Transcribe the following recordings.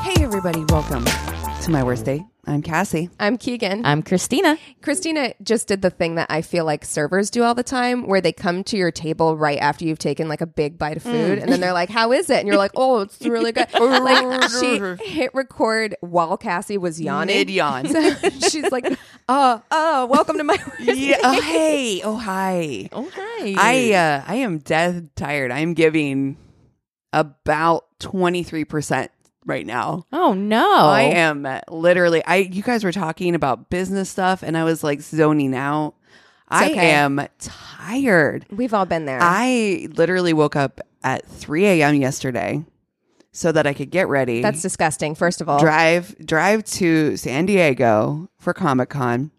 Hey, everybody, welcome to my worst day. I'm Cassie. I'm Keegan. I'm Christina. Christina just did the thing that I feel like servers do all the time where they come to your table right after you've taken like a big bite of Mm. food and then they're like, How is it? And you're like, Oh, it's really good. like she hit record while Cassie was yawning. Mid yawn. So she's like, Oh, oh, welcome to my yeah. Oh, hey. Oh, hi. Okay. I uh, I am dead tired. I am giving about twenty three percent right now. oh no. I am literally. I you guys were talking about business stuff, and I was like zoning out. I okay. am tired. We've all been there. I literally woke up at three a.m. yesterday so that I could get ready. That's disgusting, first of all. drive drive to San Diego for Comic Con.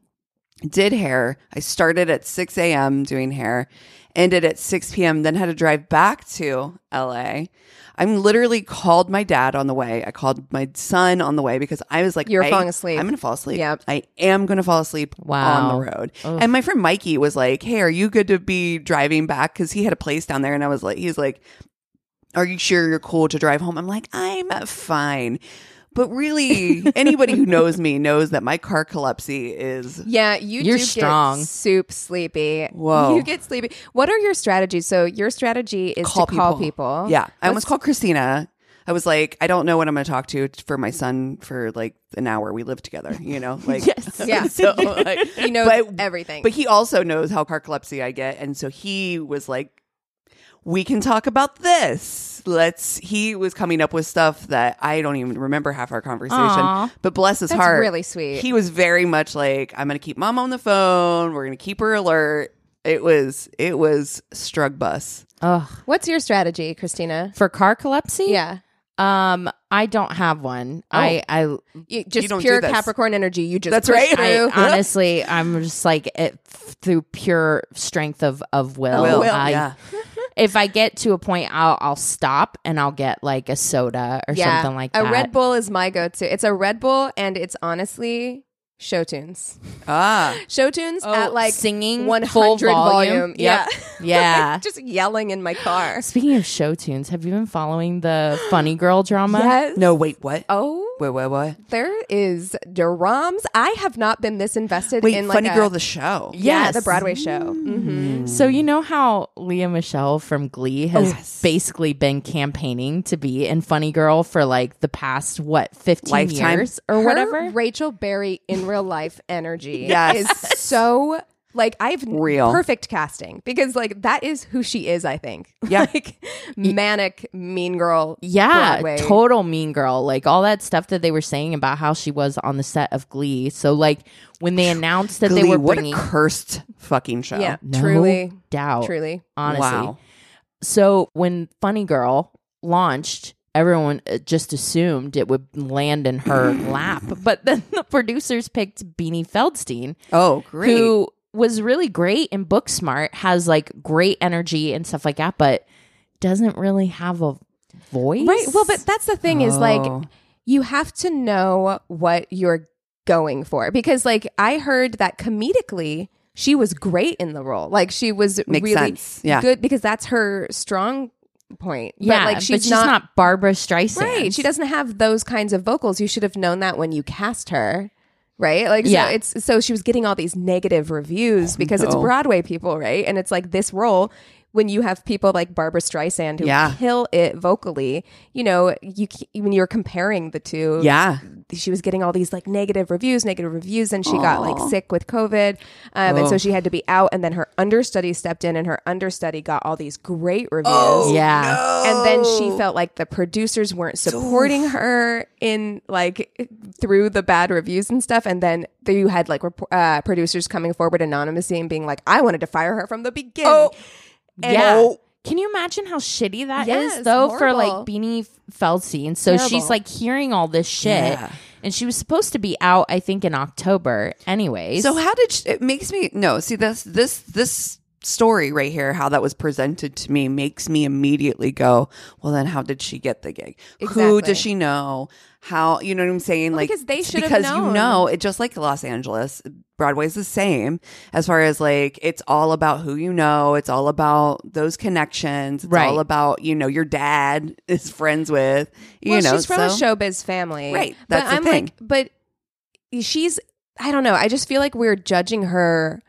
Did hair. I started at six a.m. doing hair, ended at six p.m. Then had to drive back to L.A. I'm literally called my dad on the way. I called my son on the way because I was like, You were I- falling asleep. I'm gonna fall asleep. Yep. I am gonna fall asleep Wow. on the road. And my friend Mikey was like, "Hey, are you good to be driving back?" Because he had a place down there, and I was like, "He's like, are you sure you're cool to drive home?" I'm like, "I'm fine." But really, anybody who knows me knows that my car catalepsy is Yeah, you You're do strong. get soup sleepy. Whoa. You get sleepy. What are your strategies? So your strategy is call, to call people. Yeah, I almost called Christina. I was like, I don't know what I'm going to talk to for my son for like an hour. We live together, you know. Like, Yes. Yeah. so like, He knows But- everything. But he also knows how carcolepsy I get. And so he was like, we can talk about this. Let's, he was coming up with stuff that I don't even remember half our conversation. Aw. But bless his That's heart. really sweet. He was very much like, I'm going to keep mom on the phone. We're going to keep her alert. It was, it was strug bus. Ugh. What's your strategy, Christina? For carcolepsy? Yeah. Oh. Um, I don't have one. I I You, just You don't pure do this. Capricorn energy. You just That's push right. through. I honestly, I'm just like it, through pure strength of of will. Will, I, yeah. If I get to a point, I'll I'll stop and I'll get like a soda or yeah. something like a that. Red Bull is my go-to. It's a Red Bull, and it's honestly show tunes. Ah. Show tunes at like Oh, singing one full hundred volume. volume. Yeah. Yep. Yeah. just yelling in my car. Speaking of show tunes, have you been following the Funny Girl drama? Yes. No, wait, what? Oh, Wait, wait, what? there is drums. I have not been this invested Wait, in like Funny a- Girl, the show. yeah, the Yes. Broadway show. hmm So you know how Leah Michelle from Glee has Oh, Yes. basically been campaigning to be in Funny Girl for like the past what fifteen Lifetime. years or Her whatever. Rachel Berry in real life energy Yes. is so like I've Real. perfect casting because like that is who she is. I think Yeah. like manic mean girl. yeah, Broadway. total mean girl. Like all that stuff that they were saying about how she was on the set of Glee. So like when they announced that they Glee, were what bringing a cursed fucking show. Yeah, no truly, doubt, truly. honestly. Wow. So when Funny Girl launched, everyone uh, just assumed it would land in her lap. But then the producers picked Beanie Feldstein, Oh, great. who was really great and book smart, has like great energy and stuff like that, but doesn't really have a voice. Right. Well, but that's the thing is Oh. like you have to know what you're going for because like I heard that comedically she was great in the role. Like she was Makes really sense. Yeah. good because that's her strong point. yeah, but like she's, not, not, Barbara Streisand. right. She doesn't have those kinds of vocals. You should have known that when you cast her. Right? Like Yeah. so it's so she was getting all these negative reviews because it's no. Broadway people, right? And it's like this role when you have people like Barbara Streisand who Yeah. kill it vocally, you know, you c- when you're comparing the two, yeah. she was getting all these like negative reviews, negative reviews, and she got like sick with COVID, um, and so she had to be out. And then her understudy stepped in, and her understudy got all these great reviews. Oh. Yeah. And then she felt like the producers weren't supporting her in like through the bad reviews and stuff. And then there you had like rep- uh, producers coming forward anonymously and being like, "I wanted to fire her from the beginning." And- Yeah. Oh. Can you imagine how shitty that is Yes, though for like horrible. Beanie Feldstein? So Terrible. she's like hearing all this shit Yeah. and she was supposed to be out, I think, in October. Anyways, So how did she, it makes me no see this this this story right here how that was presented to me makes me immediately go well then how did she get the gig who Exactly. does she know how you know what I'm saying like because they should have because you known. know it just like Los Angeles Broadway's the same as far as like it's all about who you know it's all about those connections it's Right. all about you know your dad is friends with you well, know she's from so- a showbiz family, Right, that's but the I'm thing. like, but she's. I don't know. I just feel like we're judging her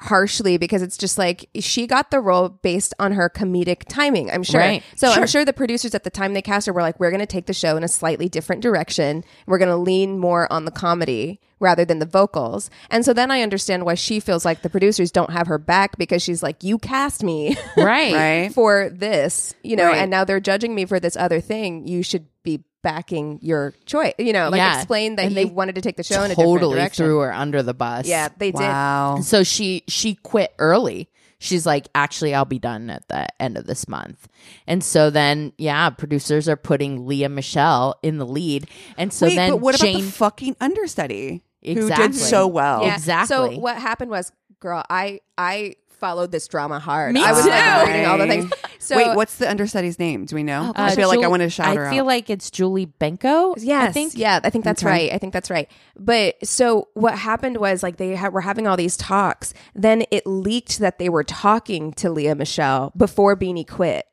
harshly because it's just like she got the role based on her comedic timing. I'm sure. Right. So Sure. I'm sure the producers at the time they cast her were like, "We're going to take the show in a slightly different direction. We're going to lean more on the comedy." Rather than the vocals. And so then I understand why she feels like the producers don't have her back because she's like, You cast me. right, right for this, you know, Right. and now they're judging me for this other thing. You should be backing your choice, you know, like Yeah. explain that And you they wanted to take the show in a different totally direction. threw her under the bus. yeah, they wow And so she she quit early. She's like, actually, I'll be done at the end of this month. And so then, yeah, producers are putting Leah Michelle in the lead. And so Wait, then but what Jane, about the fucking understudy who Exactly. did so well did. Yeah. Exactly. So what happened was, girl, I I followed this drama hard. Me I was too. like reading all the things. So Oh, Wait, what's the understudy's name? Do we know? I Uh, feel like I Jul- want to shout her I feel out. like it's Julie Benko. Yes, I think. yeah, I think that's Okay. right. I think that's right. But so what happened was like they ha- were having all these talks. Then it leaked that they were talking to Leah Michelle before Beanie quit.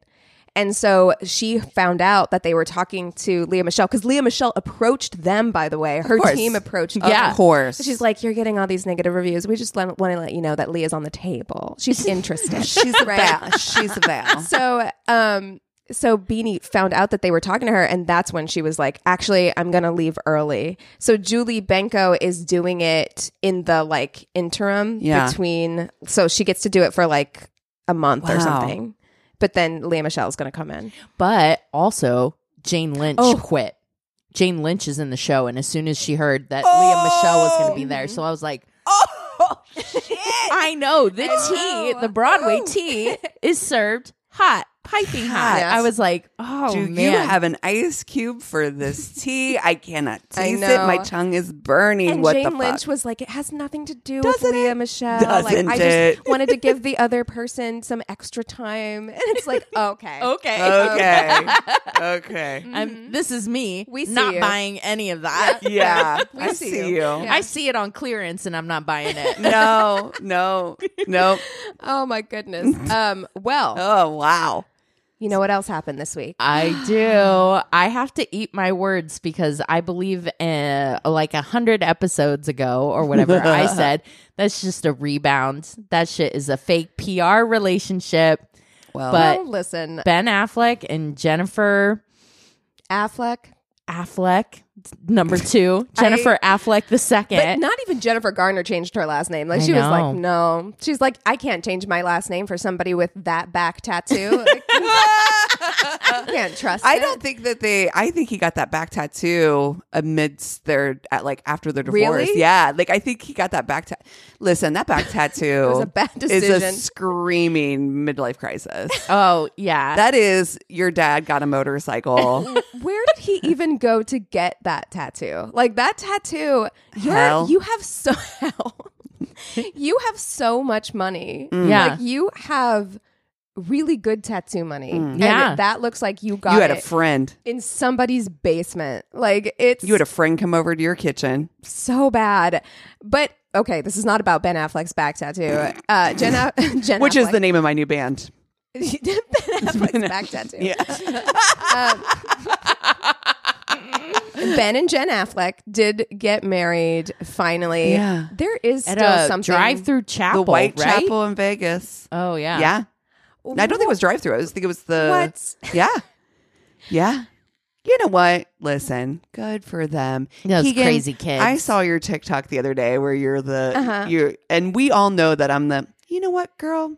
And so she found out that they were talking to Leah Michelle because Leah Michelle approached them, by the way. Her course. team approached Yeah. of course. She's like, You're getting all these negative reviews. We just want to let you know that Leah's on the table. She's interested. she's a Val. She's a Val. so um so beanie found out that they were talking to her and that's when she was like actually i'm gonna leave early so julie benko is doing it in the like interim Yeah. between so she gets to do it for like a month or Wow. something but then leah michelle's gonna come in But also, Jane Lynch Oh. quit. Jane Lynch is in the show. And as soon as she heard that Leah Michelle was going to be there, so I was like, Oh shit! I know the tea, the Broadway tea is served hot, piping hot. Yes. I was like, oh Do man, you have an ice cube for this tea? I cannot I taste it. My know. tongue is burning. and what jane the lynch fuck? was like it has nothing to do Doesn't with leah it? michelle Doesn't like i it? just wanted to give the other person some extra time and it's like okay okay. Okay. okay. Mm. I'm, this is me. We see not you. buying any of that. Yeah, We I see see you. you. Yeah. I see it on clearance, and I'm not buying it. No, no, no. oh my goodness um well Oh wow. you know what else happened this week I do. I have to eat my words because I believe uh, like a hundred episodes ago or whatever I said that's just a rebound. That shit is a fake PR relationship. Well, But- Well, listen, Ben Affleck and Jennifer Affleck, Affleck, number two, Jennifer Affleck the but Eh. second. not even Jennifer Garner changed her last name. Like I she was know. like, no, she's like, I can't change my last name for somebody with that back tattoo. Like, I can't trust. I it. don't think that they. I think he got that back tattoo amidst their at like after their divorce. Really? Yeah, like I think he got that back. Ta- Listen, that back tattoo was a bad is a decision. screaming midlife crisis. oh yeah, that is your dad got a motorcycle. Where did he even go to get that tattoo? Like that tattoo, Hell. you're, you have so hell. you have so much money. Mm. Yeah. like you have really good tattoo money. And Yeah. that looks like you got Mm. you had it a friend. in somebody's basement. Like it's You had a friend come over to your kitchen. so bad. But okay, this is not about Ben Affleck's back tattoo. Uh, Jen, Aff- Jen Which is the Affleck- name of my new band. Ben Affleck's back tattoo. Um, ben and Jen Affleck did get married finally. Yeah. There is at still a something. drive-through The chapel, White right? Chapel in Vegas. Oh yeah, Yeah. I don't think it was drive through. I just think it was the What? Yeah. Yeah. You know what? Listen, good for them. Those crazy kids. I saw your TikTok the other day where you're the Uh-huh. you and we all know that I'm the you know what, girl?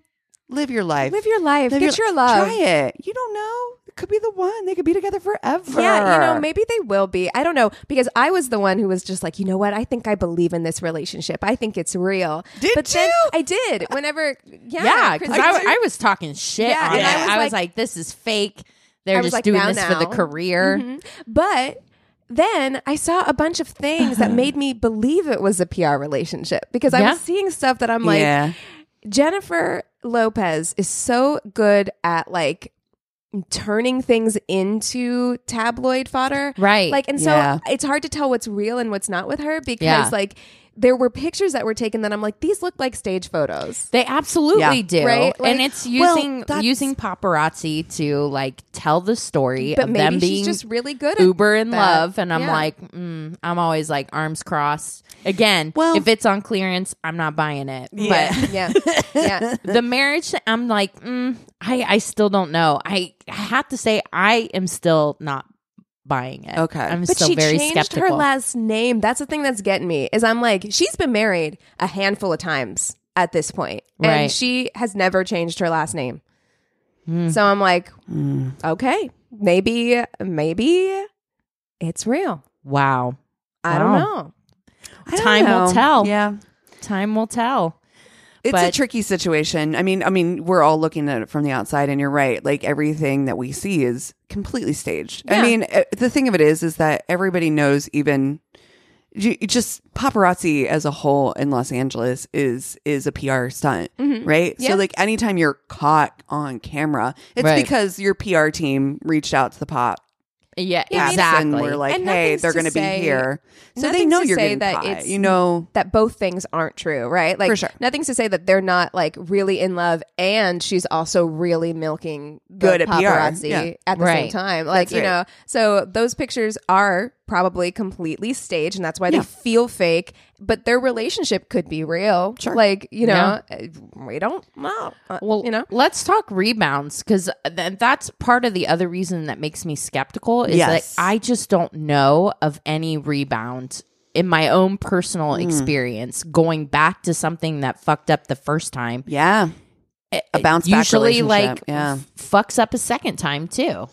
Live your life. Live your life. Live Get your, love. Try it. You don't know. It could be the one. They could be together forever. Yeah, you know, maybe they will be. I don't know because I was the one who was just like, you know what? I think I believe in this relationship. I think it's real. Did but Then you? I did. Whenever, yeah, yeah. Because Christmas- I, I was talking shit Yeah, on and it. I I was like- was, like, this is fake. They're I was just like, doing now, Mm-hmm. this for the now. career. but then I saw a bunch of things that made me believe it was a PR relationship because I Yeah. was seeing stuff that I'm like, yeah. Jennifer Lopez is so good at like turning things into tabloid fodder. Right. Like, and so Yeah. it's hard to tell what's real and what's not with her because, Yeah. like, there were pictures that were taken that I'm like, these look like stage photos. They absolutely Yeah. do, Right? Like, and it's well, using that's- using paparazzi to like tell the story But of maybe them she's being just really good at uber in that. love, and I'm Yeah. like, mm, I'm always like arms crossed. Again, Well- if it's on clearance, I'm not buying it. yeah. Yeah. But the marriage, I'm like, mm, I I still don't know. I have to say, I am still not buying it. Okay. I'm But still she very changed skeptical. her last name. That's the thing that's getting me. Is I'm like, she's been married a handful of times at this point, Right. Hmm. and she has never changed her last name. So I'm like, okay, maybe, maybe it's real. wow, I don't Wow. know. I don't Time will know. tell. Yeah. time will tell. It's a But- tricky situation. I mean, I mean, we're all looking at it from the outside, and you're right. Like everything that we see is completely staged. I Yeah. mean, uh, the thing of it is, is that everybody knows. Even you- you just paparazzi as a whole in Los Angeles is is a PR stunt, right? Mm-hmm. Yeah. So, like, anytime you're caught on camera, it's Right. because your PR team reached out to the pop. Yeah, Yeah, I mean- exactly. and we're like, And hey, nothing's they're to going to be say- here, so they nothing's know to you're say getting that caught. it's- you know, That both things aren't true, right? Like, For sure. nothing's to say that they're not like really in love, and she's also really milking the Good at PR, paparazzi yeah. at the same Right. time. Like, you right. know, so those pictures are probably completely staged, and that's why Yeah. they feel fake. But their relationship could be real. Sure. Like, you know, uh, we don't know. Uh, Well, you know, let's talk rebounds because th- that's part of the other reason that makes me skeptical is Yes. that I just don't know of any rebound in my own personal experience going back to something that fucked up the first time. yeah, a bounce back Usually, relationship, like, yeah. f- fucks up a second time too.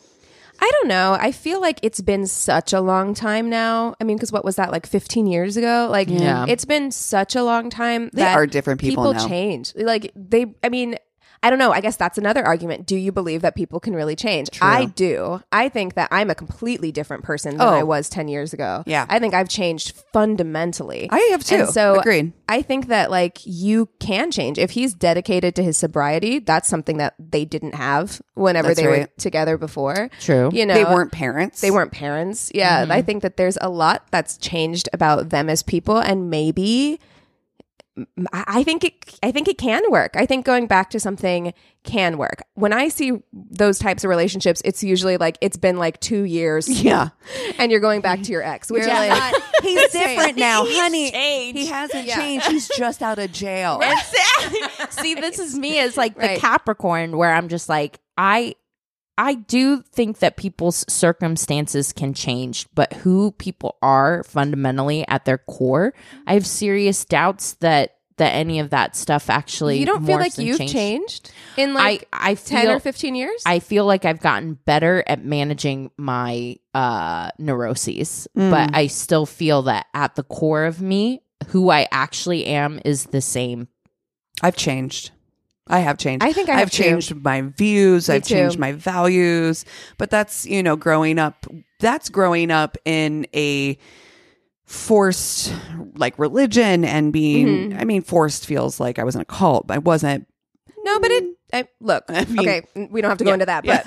I don't know. I feel like it's been such a long time now. I mean, because what was that like 15 years ago? Like, Yeah. it's been such a long time. They that are different people now. change. Like they. I mean, I don't know. I guess that's another argument. Do you believe that people can really change? I do. I think that I'm a completely different person than I was 10 years ago. Oh. Yeah. I think I've changed fundamentally. I have too. And so Agreed. I think that like you can change if he's dedicated to his sobriety. That's something that they didn't have whenever That's they were right. together before. True. Mm-hmm. You know, they weren't parents. They weren't parents. Yeah, I think that there's a lot that's changed about them as people, and maybe m- I I think it. I think it can work. I think going back to something can work. When I see those types of relationships, it's usually like it's been like two years, Yeah. and you're going back to your ex, which You're is like, like, he's different now, honey. He hasn't Yeah. changed. He's just out of jail. See, this is me as like Right. the Capricorn, where I'm just like, I, I do think that people's circumstances can change, but who people are fundamentally at their core, I have serious doubts that that any of that stuff actually. you don't feel morphs like and you've changes. changed. in like I, I feel, ten or fifteen years. I feel like I've gotten better at managing my uh, neuroses, Mm. but I still feel that at the core of me, who I actually am is the same I've changed. I have changed. I think I have have too. changed my views. Me I've changed too. my values. But that's, you know, growing up, that's growing up in a forced like religion and being, Mm-hmm. I mean, forced feels like I was in a cult, but I wasn't. no, but it. I, look, mean- okay, we don't have to go into that, but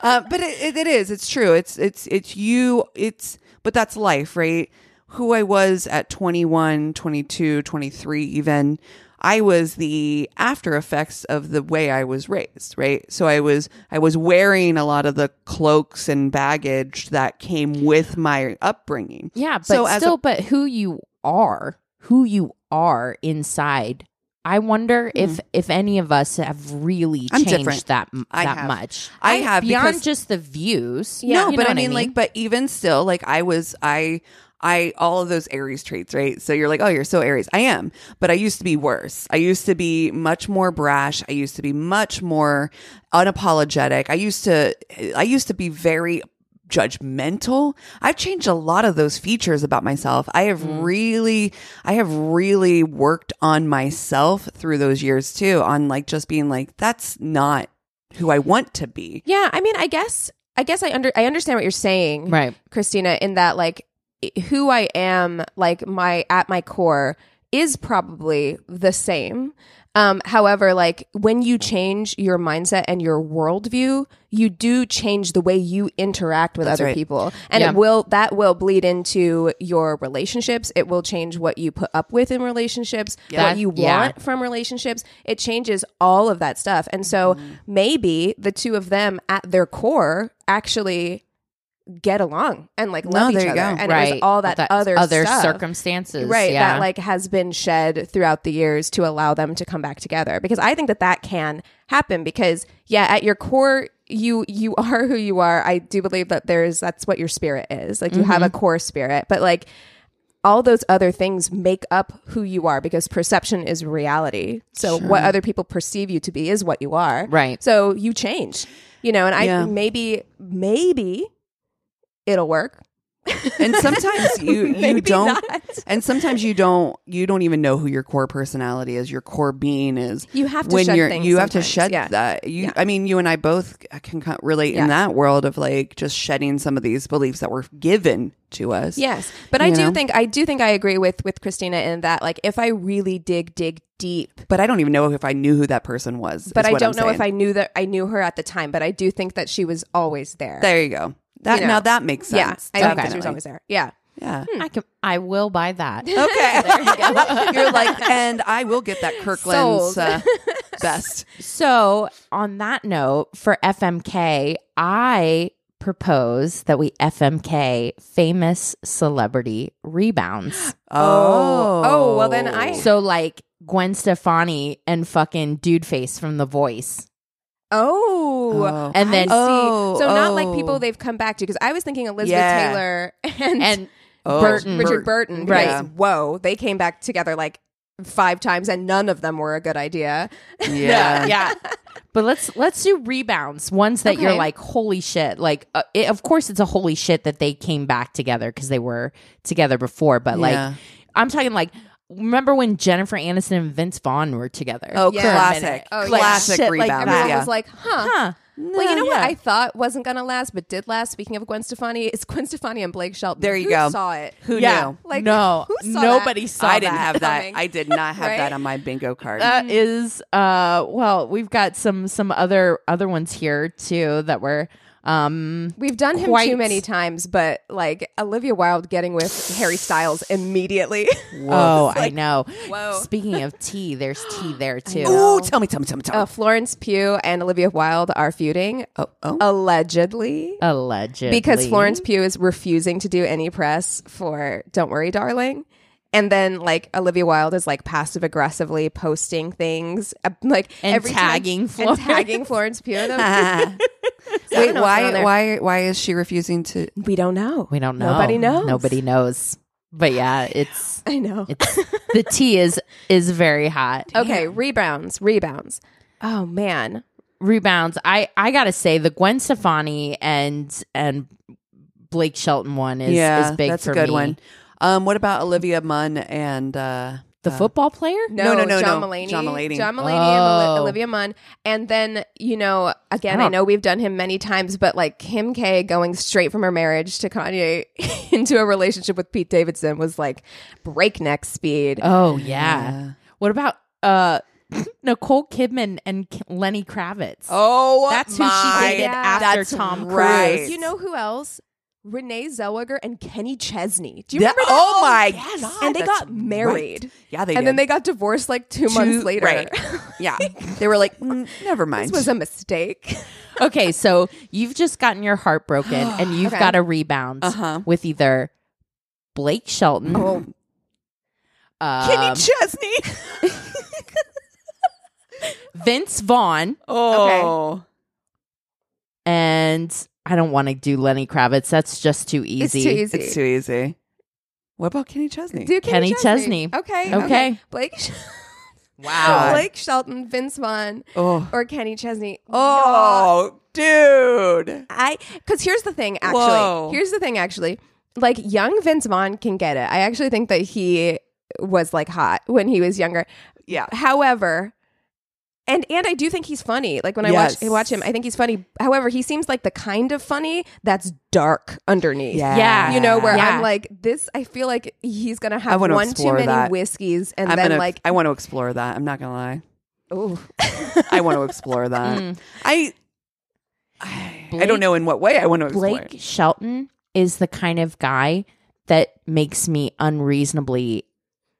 Uh, but it, it, it is. It's true. It's it's it's you. It's but that's life, right? Who I was at 21, 22, 23 even. I was the after effects of the way I was raised, right? So I was I was wearing a lot of the cloaks and baggage that came with my upbringing. Yeah, but So as a- still, but who you are, who you are inside. I wonder if if any of us have really Mm-hmm. I'm changed different. that m- I that have. much. I have beyond because- just the views. Yeah. You no, know but I what mean, like, but even still, like, I was, I, I, all of those Aries traits, right? So you're like, oh, you're so Aries. I am, but I used to be worse. I used to be much more brash. I used to be much more unapologetic. I used to, I used to be very judgmental. I've changed a lot of those features about myself. I have really, I have really worked on myself through those years too, on like just being like, that's not who I want to be. Yeah, I mean, I guess I guess I under I understand what you're saying, Right. Christina, in that like i- who I am, like my at my core is probably the same. Um, however, like when you change your mindset and your worldview, you do change the way you interact with other right. people, and Yeah. it will that will bleed into your relationships. It will change what you put up with in relationships, That- what you want yeah. from relationships. It changes all of that stuff, and so Mm-hmm. maybe the two of them at their core actually get along and like love there each you other. go. And right. it was all that, other other stuff, circumstances. right? Yeah. That like has been shed throughout the years to allow them to come back together. Because I think that that can happen. Because yeah, at your core, you you are who you are. I do believe that there's that's what your spirit is. Like you Mm-hmm. have a core spirit, but like. All those other things make up who you are because perception is reality. So, what other people perceive you to be is what you are. Right. So, you change, you know, and I Yeah. maybe, maybe it'll work. And sometimes you you Maybe don't not. and sometimes you don't you don't even know who your core personality is, your core being is. You have to when shed you're things you have to sometimes. shed Yeah. that. You Yeah. I mean you and I both can co- relate Yeah. in that world of like just shedding some of these beliefs that were given to us. Yes, but I You do know? think I do think I agree with with Christina in that like if I really dig dig deep, But I don't even know if I knew who that person was. but is I what don't I'm know if saying. I knew that I knew her at the time, but I do think that she was always there. There you go. That You know. now that makes yeah, sense. I think that she was Definitely. always there. Yeah, Yeah. I can. I will buy that. Oh. Okay. you are like, and I will get that Kirkland's Sold. uh, best. So, on that note, for FMK, I propose that we FMK famous celebrity rebounds. Oh. Oh, well, then I- so, like Gwen Stefani and fucking Dude Face from The Voice. Oh. Oh. And then, I see. Oh, so not like oh. people they've come back to because I was thinking Elizabeth Yeah. Taylor and, and Oh, Burton. Richard Burton. Right. Right? Whoa, they came back together like five times, and none of them were a good idea. Yeah. yeah. But let's let's do rebounds, ones that you're Okay. like, holy shit! Like, uh, it, of course, it's a holy shit that they came back together because they were together before. But Yeah. like, I'm talking like, remember when Jennifer Aniston and Vince Vaughn were together? Oh, Yeah. classic. Oh, yeah. Classic Shit like rebound. Everyone yeah. was like, huh. huh? Well, you know what yeah. I thought wasn't going to last, but did last. Speaking of Gwen Stefani, it's Gwen Stefani and Blake Shelton. There you Who go. Saw it. Who knew? Like, no, who saw nobody that? saw. I didn't that. have that. coming. I did not have Right? that on my bingo card. That is uh well we've got some some other other ones here too that were um We've done him Quite. too many times, but like Olivia Wilde getting with Harry Styles immediately. oh I know whoa. speaking of tea there's tea there too Ooh, tell me, tell me, tell me, tell me. uh, Florence Pugh and Olivia Wilde are feuding, Oh, oh. allegedly. allegedly because Florence Pugh is refusing to do any press for Don't Worry Darling. And then like Olivia Wilde is like passive aggressively posting things uh, like And every time- tagging and Florence. tagging Florence Pugh. Though. Wait, on why, there. why, why is she refusing to? we don't know. we don't know Nobody knows. nobody knows but yeah it's I know. it's the tea is is very hot Okay, rebounds, rebounds. Oh man, rebounds. I I gotta say the Gwen Stefani and and Blake Shelton one is yeah, is big that's for a good me. one. Um, what about Olivia Munn and uh, The football player? no, no, no, John no. Mulaney, John Mulaney. and Oli- Oh. Olivia Munn, and then you know, again, Oh. I know we've done him many times, but like Kim K going straight from her marriage to Kanye into a relationship with Pete Davidson was like breakneck speed. Oh yeah. What about uh Nicole Kidman and K- Lenny Kravitz? Oh, that's who she dated yeah. after That's Tom right. Cruise. You know who else? Renee Zellweger and Kenny Chesney. Do you Yeah. remember? That? Oh my god! and they that's got married. right. Yeah, they and did. then they got divorced like two, months later. right. Yeah, they were like, mm, never mind. this was a mistake. Okay, so you've just gotten your heart broken and you've Okay. got a rebound Uh-huh. with either Blake Shelton. Oh. um, Mm-hmm. Kenny Chesney. Vince Vaughn Oh, and I don't want to do Lenny Kravitz. That's just too easy. It's too easy. it's too easy. What about Kenny Chesney? Do Kenny, Kenny Chesney. Chesney. Okay. Okay. Blake. Sh- Wow. Blake Shelton, Vince Vaughn, oh, or Kenny Chesney. Y'all, oh, dude. I. Because here's the thing. Actually, Whoa. here's the thing. Actually, like young Vince Vaughn can get it. I actually think that he was like hot when he was younger. Yeah. However, and and I do think he's funny. Like when Yes. I watch I watch him, I think he's funny. However, he seems like the kind of funny that's dark underneath. Yeah. Yeah. You know, where Yeah. I'm like, this I feel like he's gonna I have wanna one too explore many that. whiskeys and I'm then gonna, like I want to explore that. I'm not gonna lie. ooh. I want to explore that. Mm. I I, I don't know in what way I want to explore. Blake Shelton is the kind of guy that makes me unreasonably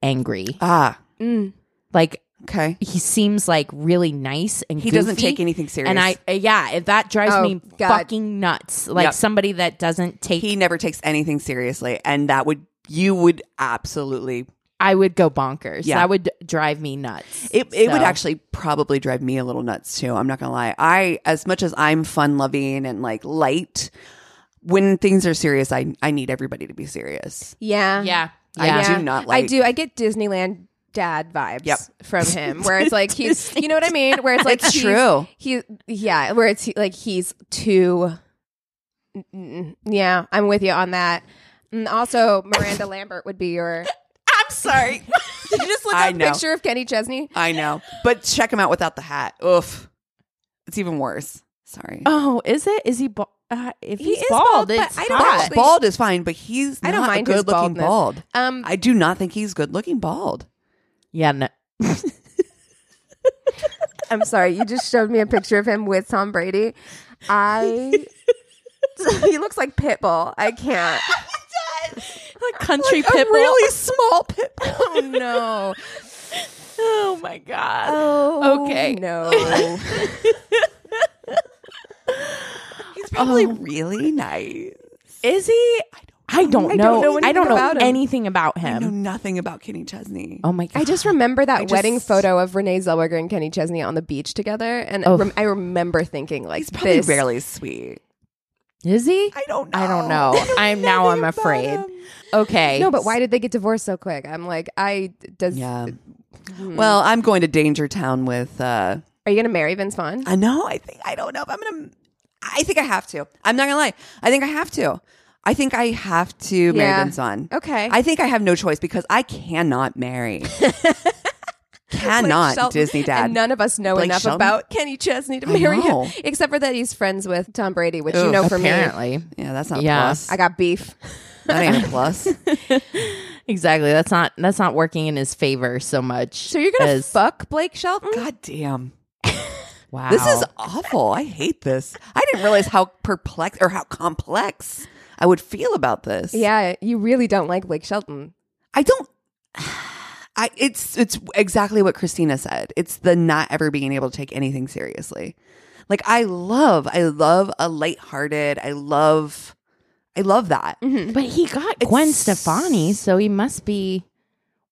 angry. Ah, Mm. Like okay. he seems like really nice and He doesn't goofy, take anything serious. And I uh, yeah, if that drives Oh, me God. fucking nuts. Like Yep. somebody that doesn't take he never takes anything seriously, and that would you would absolutely I would go bonkers. Yeah. That would drive me nuts. It, it would So- actually probably drive me a little nuts too. I'm not gonna lie. I as much as I'm fun loving and like light, when things are serious, I I need everybody to be serious. Yeah. Yeah. I Yeah. do not like- I do. I get Disneyland dad vibes Yep. from him, where it's like he's, you know what I mean? Where it's like It's he's- true. He, yeah, where it's like he's too. Mm, Yeah, I'm with you on that. And also, Miranda Lambert would be your. I'm sorry. Did you just look I up a know. picture of Kenny Chesney? I know, but check him out without the hat. Oof, it's even worse. Sorry, Oh, is it? Is he bald? Uh, if He he's is bald, bald, but it's I don't hot. bald, actually- bald is fine, but he's not I don't mind a his good looking baldness. bald. Um, I do not think he's good looking bald. Yeah, no. I'm sorry, you just showed me a picture of him with Tom Brady. I. he looks like Pitbull. I can't. Like country pit bull. small pit bull. Oh no. oh my god. Oh. Okay. No. He's probably really nice. Is he? I don't know. I know don't anything know, about him. anything about I know him. nothing about Kenny Chesney. Oh my god. I just remember that just- wedding photo of Renee Zellweger and Kenny Chesney on the beach together, and Oh. rem- I remember thinking like he's probably this. barely sweet. Is he? I don't know. I don't know. I'm now I'm afraid. Okay. No, but why did they get divorced so quick? I'm like, I does. Yeah. Well, I'm going to Danger Town with. uh Are you gonna marry Vince Vaughn? I know. I think I don't know if I'm gonna. I think I have to. I'm not gonna lie. I think I have to. I think I have to marry Yeah. Vince Vaughn. Okay. I think I have no choice because I cannot marry. cannot Shelton. Disney dad. And none of us know Blake enough Shelton? about Kenny Chesney to I marry know. him, except for that he's friends with Tom Brady, which you Ugh. know for me. Apparently. yeah, that's not Yeah. a plus. I got beef. that ain't a plus. Exactly. That's not that's not working in his favor so much. So you're gonna as- fuck Blake Shelton? God damn. wow. This is awful. I hate this. I didn't realize how perplexed or how complex I would feel about this. Yeah, you really don't like Blake Shelton. I don't. I it's it's exactly what Christina said. It's the not ever being able to take anything seriously. Like I love, I love a lighthearted. I love, I love that. Mm-hmm. But he got Gwen It's- Stefani, so he must be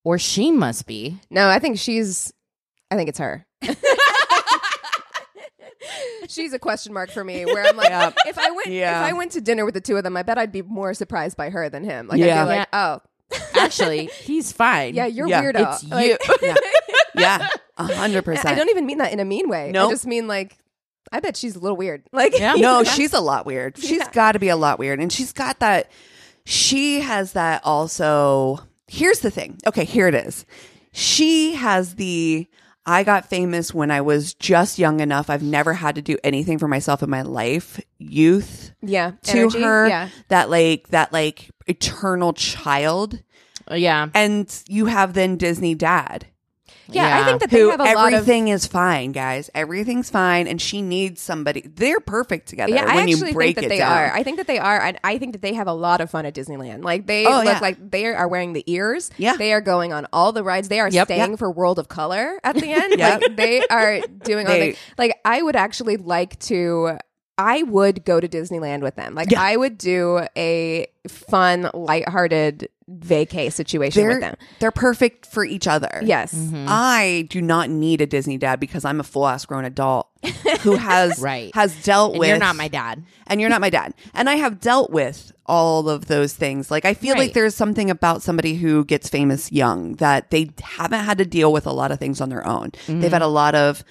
or she must be. No, I think she's. I think it's her. she's a question mark for me. Where I'm like, if I went, Yeah. if I went to dinner with the two of them, I bet I'd be more surprised by her than him. Like, Yeah. I'd be like, oh, Actually, he's fine. yeah, you're Yeah. weirdo. It's Like, you. Yeah, yeah, a hundred percent. I don't even mean that in a mean way. Nope. I just mean like, I bet she's a little weird. Like, Yeah. no, she's a lot weird. She's got to be a lot weird. And she's got that, she has that also. Here's the thing. Okay, here it is. She has the, I got famous when I was just young enough. I've never had to do anything for myself in my life. Youth yeah, to energy, her, Yeah, that like, that like eternal child. Yeah. And you have then Disney dad yeah, Yeah. I think that they who have a lot of. everything is fine, guys. Everything's fine, and she needs somebody. They're perfect together. Yeah, when I actually you think break that it they down. are. I think that they are, and I think that they have a lot of fun at Disneyland. Like they Oh, look yeah. like they are wearing the ears. Yeah. they are going on all the rides. They are Yep. staying for World of Color at the end. Yep. Like they are doing all They- the like. I would actually like to. I would go to Disneyland with them. Like Yeah. I would do a fun, lighthearted vacay situation they're with them. they're perfect for each other. Yes. Mm-hmm. I do not need a Disney dad because I'm a full ass grown adult who has Right. has dealt And with you're not my dad. and you're not my dad. And I have dealt with all of those things. Like I feel like Right. there's something about somebody who gets famous young that they haven't had to deal with a lot of things on their own. They've Mm-hmm. had a lot of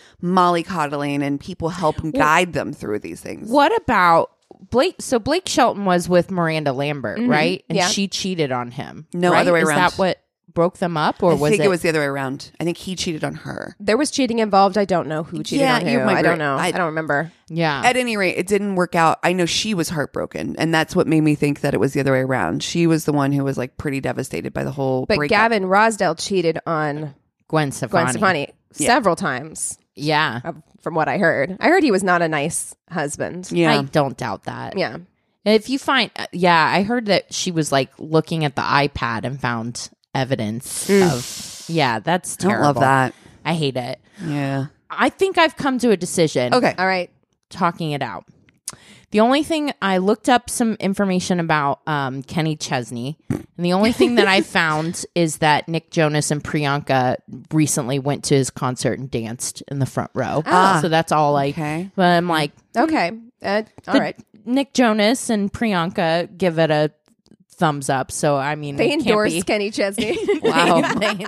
mollycoddling and people help and guide them through these things. What about Blake? So Blake Shelton was with Miranda Lambert, right? And Yeah. she cheated on him. No, right? other way Is around. that what? broke them up, or I was think it? it, was the other way around. I think he cheated on her. There was cheating involved. I don't know who cheated Yeah, on who. you might I be don't right. know. I, I- don't remember. yeah. At any rate, it didn't work out. I know she was heartbroken, and that's what made me think that it was the other way around. She was the one who was like pretty devastated by the whole. But breakup. Gavin Rosdell cheated on Gwen Stefani. Gwen Stefani several times, Yeah. uh, from what I heard. I heard he was not a nice husband. yeah, I don't doubt that. Yeah. If you find, uh, yeah, I heard that she was like looking at the iPad and found evidence of. Yeah, that's Mm. I don't terrible. love that. I hate it. Yeah, I think I've come to a decision. okay, All right. talking it out. The only thing I looked up some information about um, Kenny Chesney, and the only thing that I found is that Nick Jonas and Priyanka recently went to his concert and danced in the front row. so that's all I. Ah. okay. But I'm like, Okay. Uh, all the- right. Nick Jonas and Priyanka give it a thumbs up. So I mean, They it can't endorsed be- Kenny Chesney. Wow. I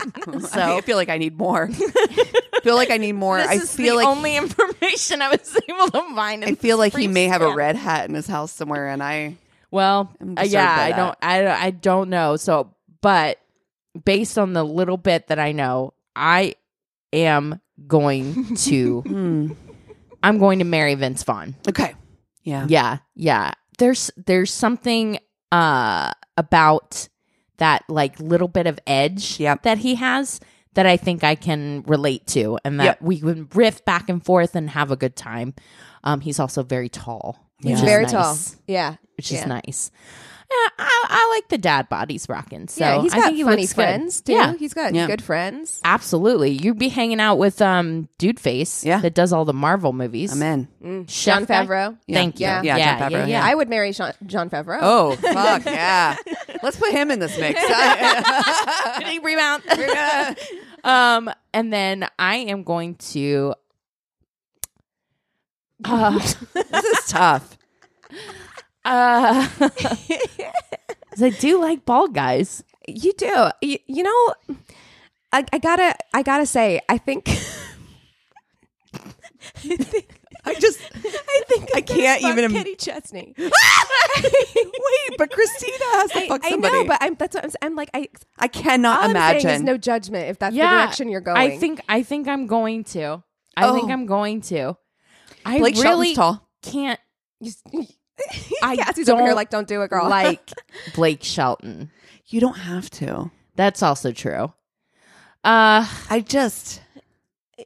so. feel like I need more. I feel like I need more. This I is feel the like only information I was able to find. in I feel like this he may have a brief span. red hat in his house somewhere, and I Well, I'm uh, disturbed yeah, by I that. don't, I, I don't know. So, but based on the little bit that I know, I am going to, Hmm. I'm going to marry Vince Vaughn. okay, yeah, Yeah, yeah. There's, there's something uh about that like little bit of edge Yep. that he has that I think I can relate to, and that Yep. we can riff back and forth and have a good time. Um, he's also very tall. He's Yeah. which is very nice tall. Yeah. which Yeah. is nice. Yeah, I, I like the dad bodies rocking. So yeah. He's I got think he funny looks good. friends, too. Yeah, He's got Yeah. good friends. absolutely. You'd be hanging out with um dude face. Yeah. that does all the Marvel movies. I'm in. Mm. John Chef guy? Favreau. Yeah. Thank you. Yeah. Yeah, yeah, John yeah, Favreau, yeah. I would marry Sean, John Favreau. Oh fuck yeah! Let's put him in this mix. I- Did he remount? um, and then I am going to. Uh, this is tough. uh, 'cause I do like bald guys. You do. You, you know, I, I gotta, I gotta say, I think, I think, I just I think, I can't about even im- Kenny Chesney. wait, but Christina has to I, fuck I somebody. know, but I'm, that's what I'm. s- I'm like, I I cannot all I'm saying is imagine. no judgment if that's the Yeah, direction you're going. I think. I think I'm going to. I think Oh. I'm going to. I Blake really Shelton's tall. can't You s- I Cassie's over here don't like, don't do it, girl. like Blake Shelton. You don't have to. That's also true. Uh I just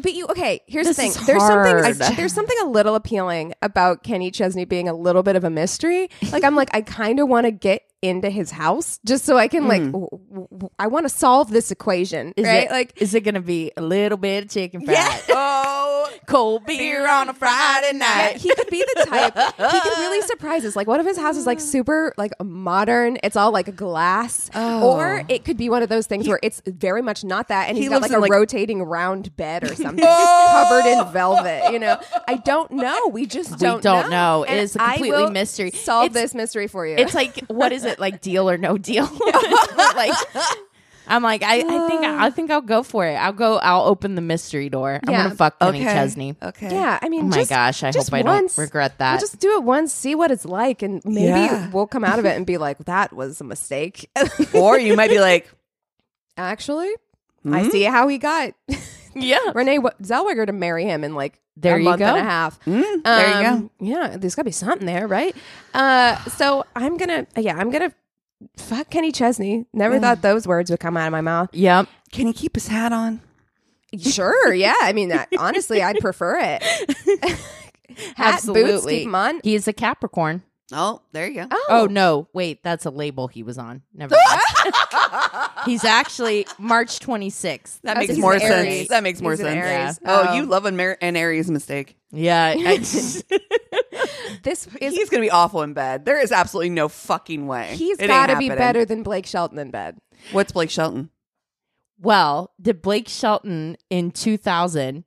But you okay? Here's This the thing. is There's hard. something. There's something a little appealing about Kenny Chesney being a little bit of a mystery. Like I'm like I kind of want to get into his house just so I can like Mm. w- w- w- I want to solve this equation, right? it like is it gonna be a little bit of chicken fried? oh Cold beer on a Friday yeah, night. he could be the type. he could really surprise us. Like one of his houses, like super like modern. It's all like glass, or it could be one of those things where it's very much not that, and He he's got lives like in, a like- rotating round bed or something covered in velvet. You know, I don't know. We just don't. don't know. It And is a I completely will mystery. Solve It's- this mystery for you. It's like what is it like deal or no deal? like I'm like I, I think Uh. I think I'll go for it. I'll go I'll open the mystery door. I'm Yeah. gonna fuck Kenny okay. Chesney. Okay. yeah. I mean, Oh my just- gosh, I just hope I once, don't regret we'll that. just do it once, see what it's like, and maybe Yeah. we'll come out of it and be like, "That was a mistake." Or you might be like, Actually, I Hmm? see how he got yeah. Renee w- Zellweger to marry him in like There a you month go. and a half. mm, there you go. Um, Yeah, there's got to be something there, right? Uh, so I'm gonna, yeah, I'm gonna fuck Kenny Chesney. Never thought those words would come out of my mouth. Yep. Can he keep his hat on? Sure, yeah. I mean, I, honestly, I'd prefer it. Hat, boots, Absolutely. keep 'em on. He's a Capricorn. Oh, there you go. Oh no, wait, that's a label he was on. Never mind. He's actually March 26th. That Oh, makes so he's more an sense. Aries. That makes more He's an sense. Aries. Yeah. Oh, Oh. you love an, Mar- an Aries mistake. Yeah. I just- This is He's going to be awful in bed. There is absolutely no fucking way. he's It ain't got to be happening. better than Blake Shelton in bed. What's Blake Shelton? well, did Blake Shelton in 2000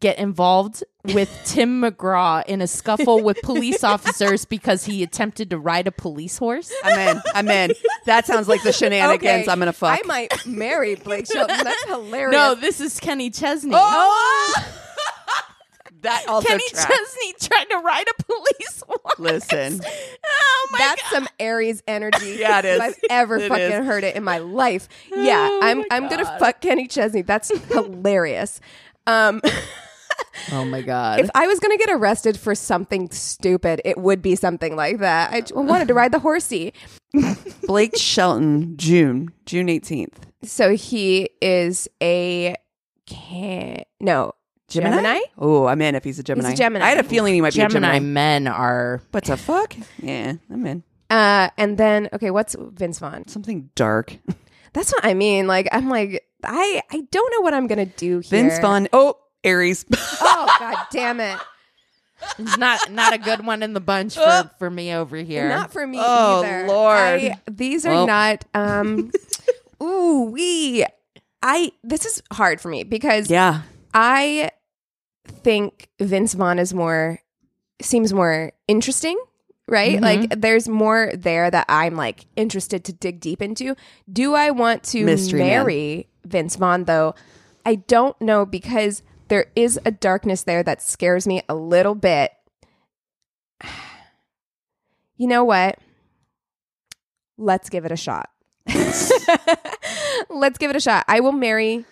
get involved with Tim McGraw in a scuffle with police officers because he attempted to ride a police horse? I'm in. I'm in. That sounds like the shenanigans Okay, I'm going to fuck. I might marry Blake Shelton. That's hilarious. Oh, No, this is Kenny Chesney. Oh! That also Kenny tracks. Chesney tried to ride a police once. Listen. Oh my That's god. some Aries energy. Yeah, it if is. I've ever It fucking is. heard it in my life. Yeah, Oh I'm my I'm gonna God. fuck Kenny Chesney. That's hilarious. Um, Oh my god. if I was gonna get arrested for something stupid, it would be something like that. I j- wanted to ride the horsey. Blake Shelton, June, June 18th. So he is a can no Gemini. Oh, I'm in if he's a Gemini. Gemini. I had a feeling he might be a Gemini Gemini. men are What the fuck? Yeah, I'm in. Uh, and then okay, what's Vince Vaughn? Something dark. That's what I mean. Like I'm like I I don't know what I'm gonna do here. Vince Vaughn. Oh, Aries. Oh god damn it! it's not not a good one in the bunch for, for me over here. Not for me Oh, either. Lord. I- these are Well. not. Um, ooh we. I this is hard for me because yeah. I think Vince Vaughn is more seems more interesting, right? Mm-hmm. Like there's more there that I'm like interested to dig deep into. Do I want to Mystery man. marry Vince Vaughn though? I don't know because there is a darkness there that scares me a little bit. You know what? Let's give it a shot. Let's give it a shot. I will marry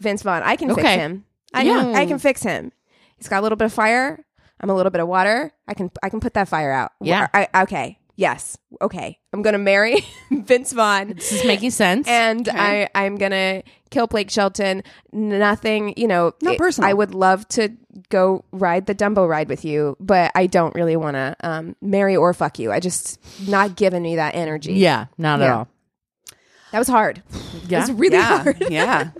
Vince Vaughn. I can fix Okay. him. I, Yeah. I can fix him. He's got a little bit of fire. I'm a little bit of water. I can I can put that fire out. Yeah. I, okay. Yes. Okay. I'm gonna marry Vince Vaughn. Is this making sense? And I, I'm gonna kill Blake Shelton. Nothing, you know. Not personal. I would love to go ride the Dumbo ride with you, but I don't really want to um, marry or fuck you. I just not giving me that energy. yeah, not at Yeah. all. that was hard. Yeah. It's really yeah. hard. yeah.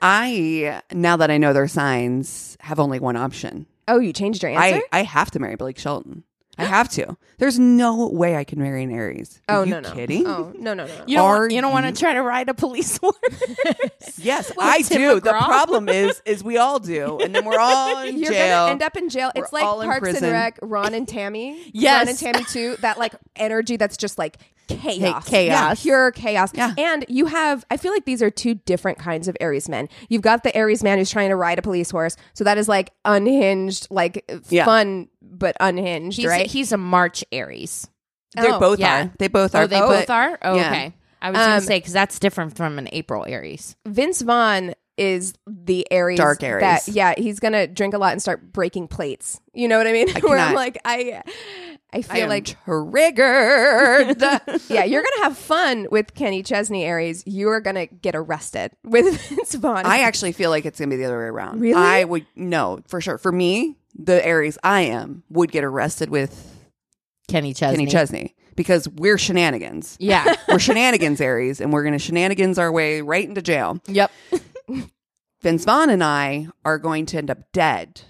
I, now that I know their signs, have only one option. Oh, you changed your answer. I, I have to marry Blake Shelton. I have to. There's no way I can marry an Aries. oh Are you no no kidding? Oh no no no. You don't, Are you don't want to try to ride a police horse. Yes, I Tim do. The McGraw? problem is, is we all do, and then we're all in You're jail. gonna end up in jail. it's We're like all in Parks and prison. Rec, Ron and Tammy. Yes. Ron and Tammy too. That like energy that's just like chaos. Hey, chaos. Yeah, pure chaos. Yeah. And you have I feel like these are two different kinds of Aries men. You've got the Aries man who's trying to ride a police horse. So that is like unhinged, like Yeah. fun but unhinged, He's, right? he's a March Aries. they Oh, both yeah. are. They both Oh, are. they but- both are? Oh, yeah. okay. I was going Um, to say, because that's different from an April Aries. Vince Vaughn is the Aries. Dark Aries. That, yeah, he's gonna drink a lot and start breaking plates. You know what I mean? Where I'm cannot. like, I I I feel am like triggered. yeah, you're gonna have fun with Kenny Chesney Aries. You are gonna get arrested with Vince Vaughn. I actually feel like it's gonna be the other way around. Really? I would no for sure. For me, the Aries I am would get arrested with Kenny Chesney. Kenny Chesney because we're shenanigans. Yeah. We're shenanigans Aries, and we're gonna shenanigans our way right into jail. yep. Vince Vaughn and I are going to end up dead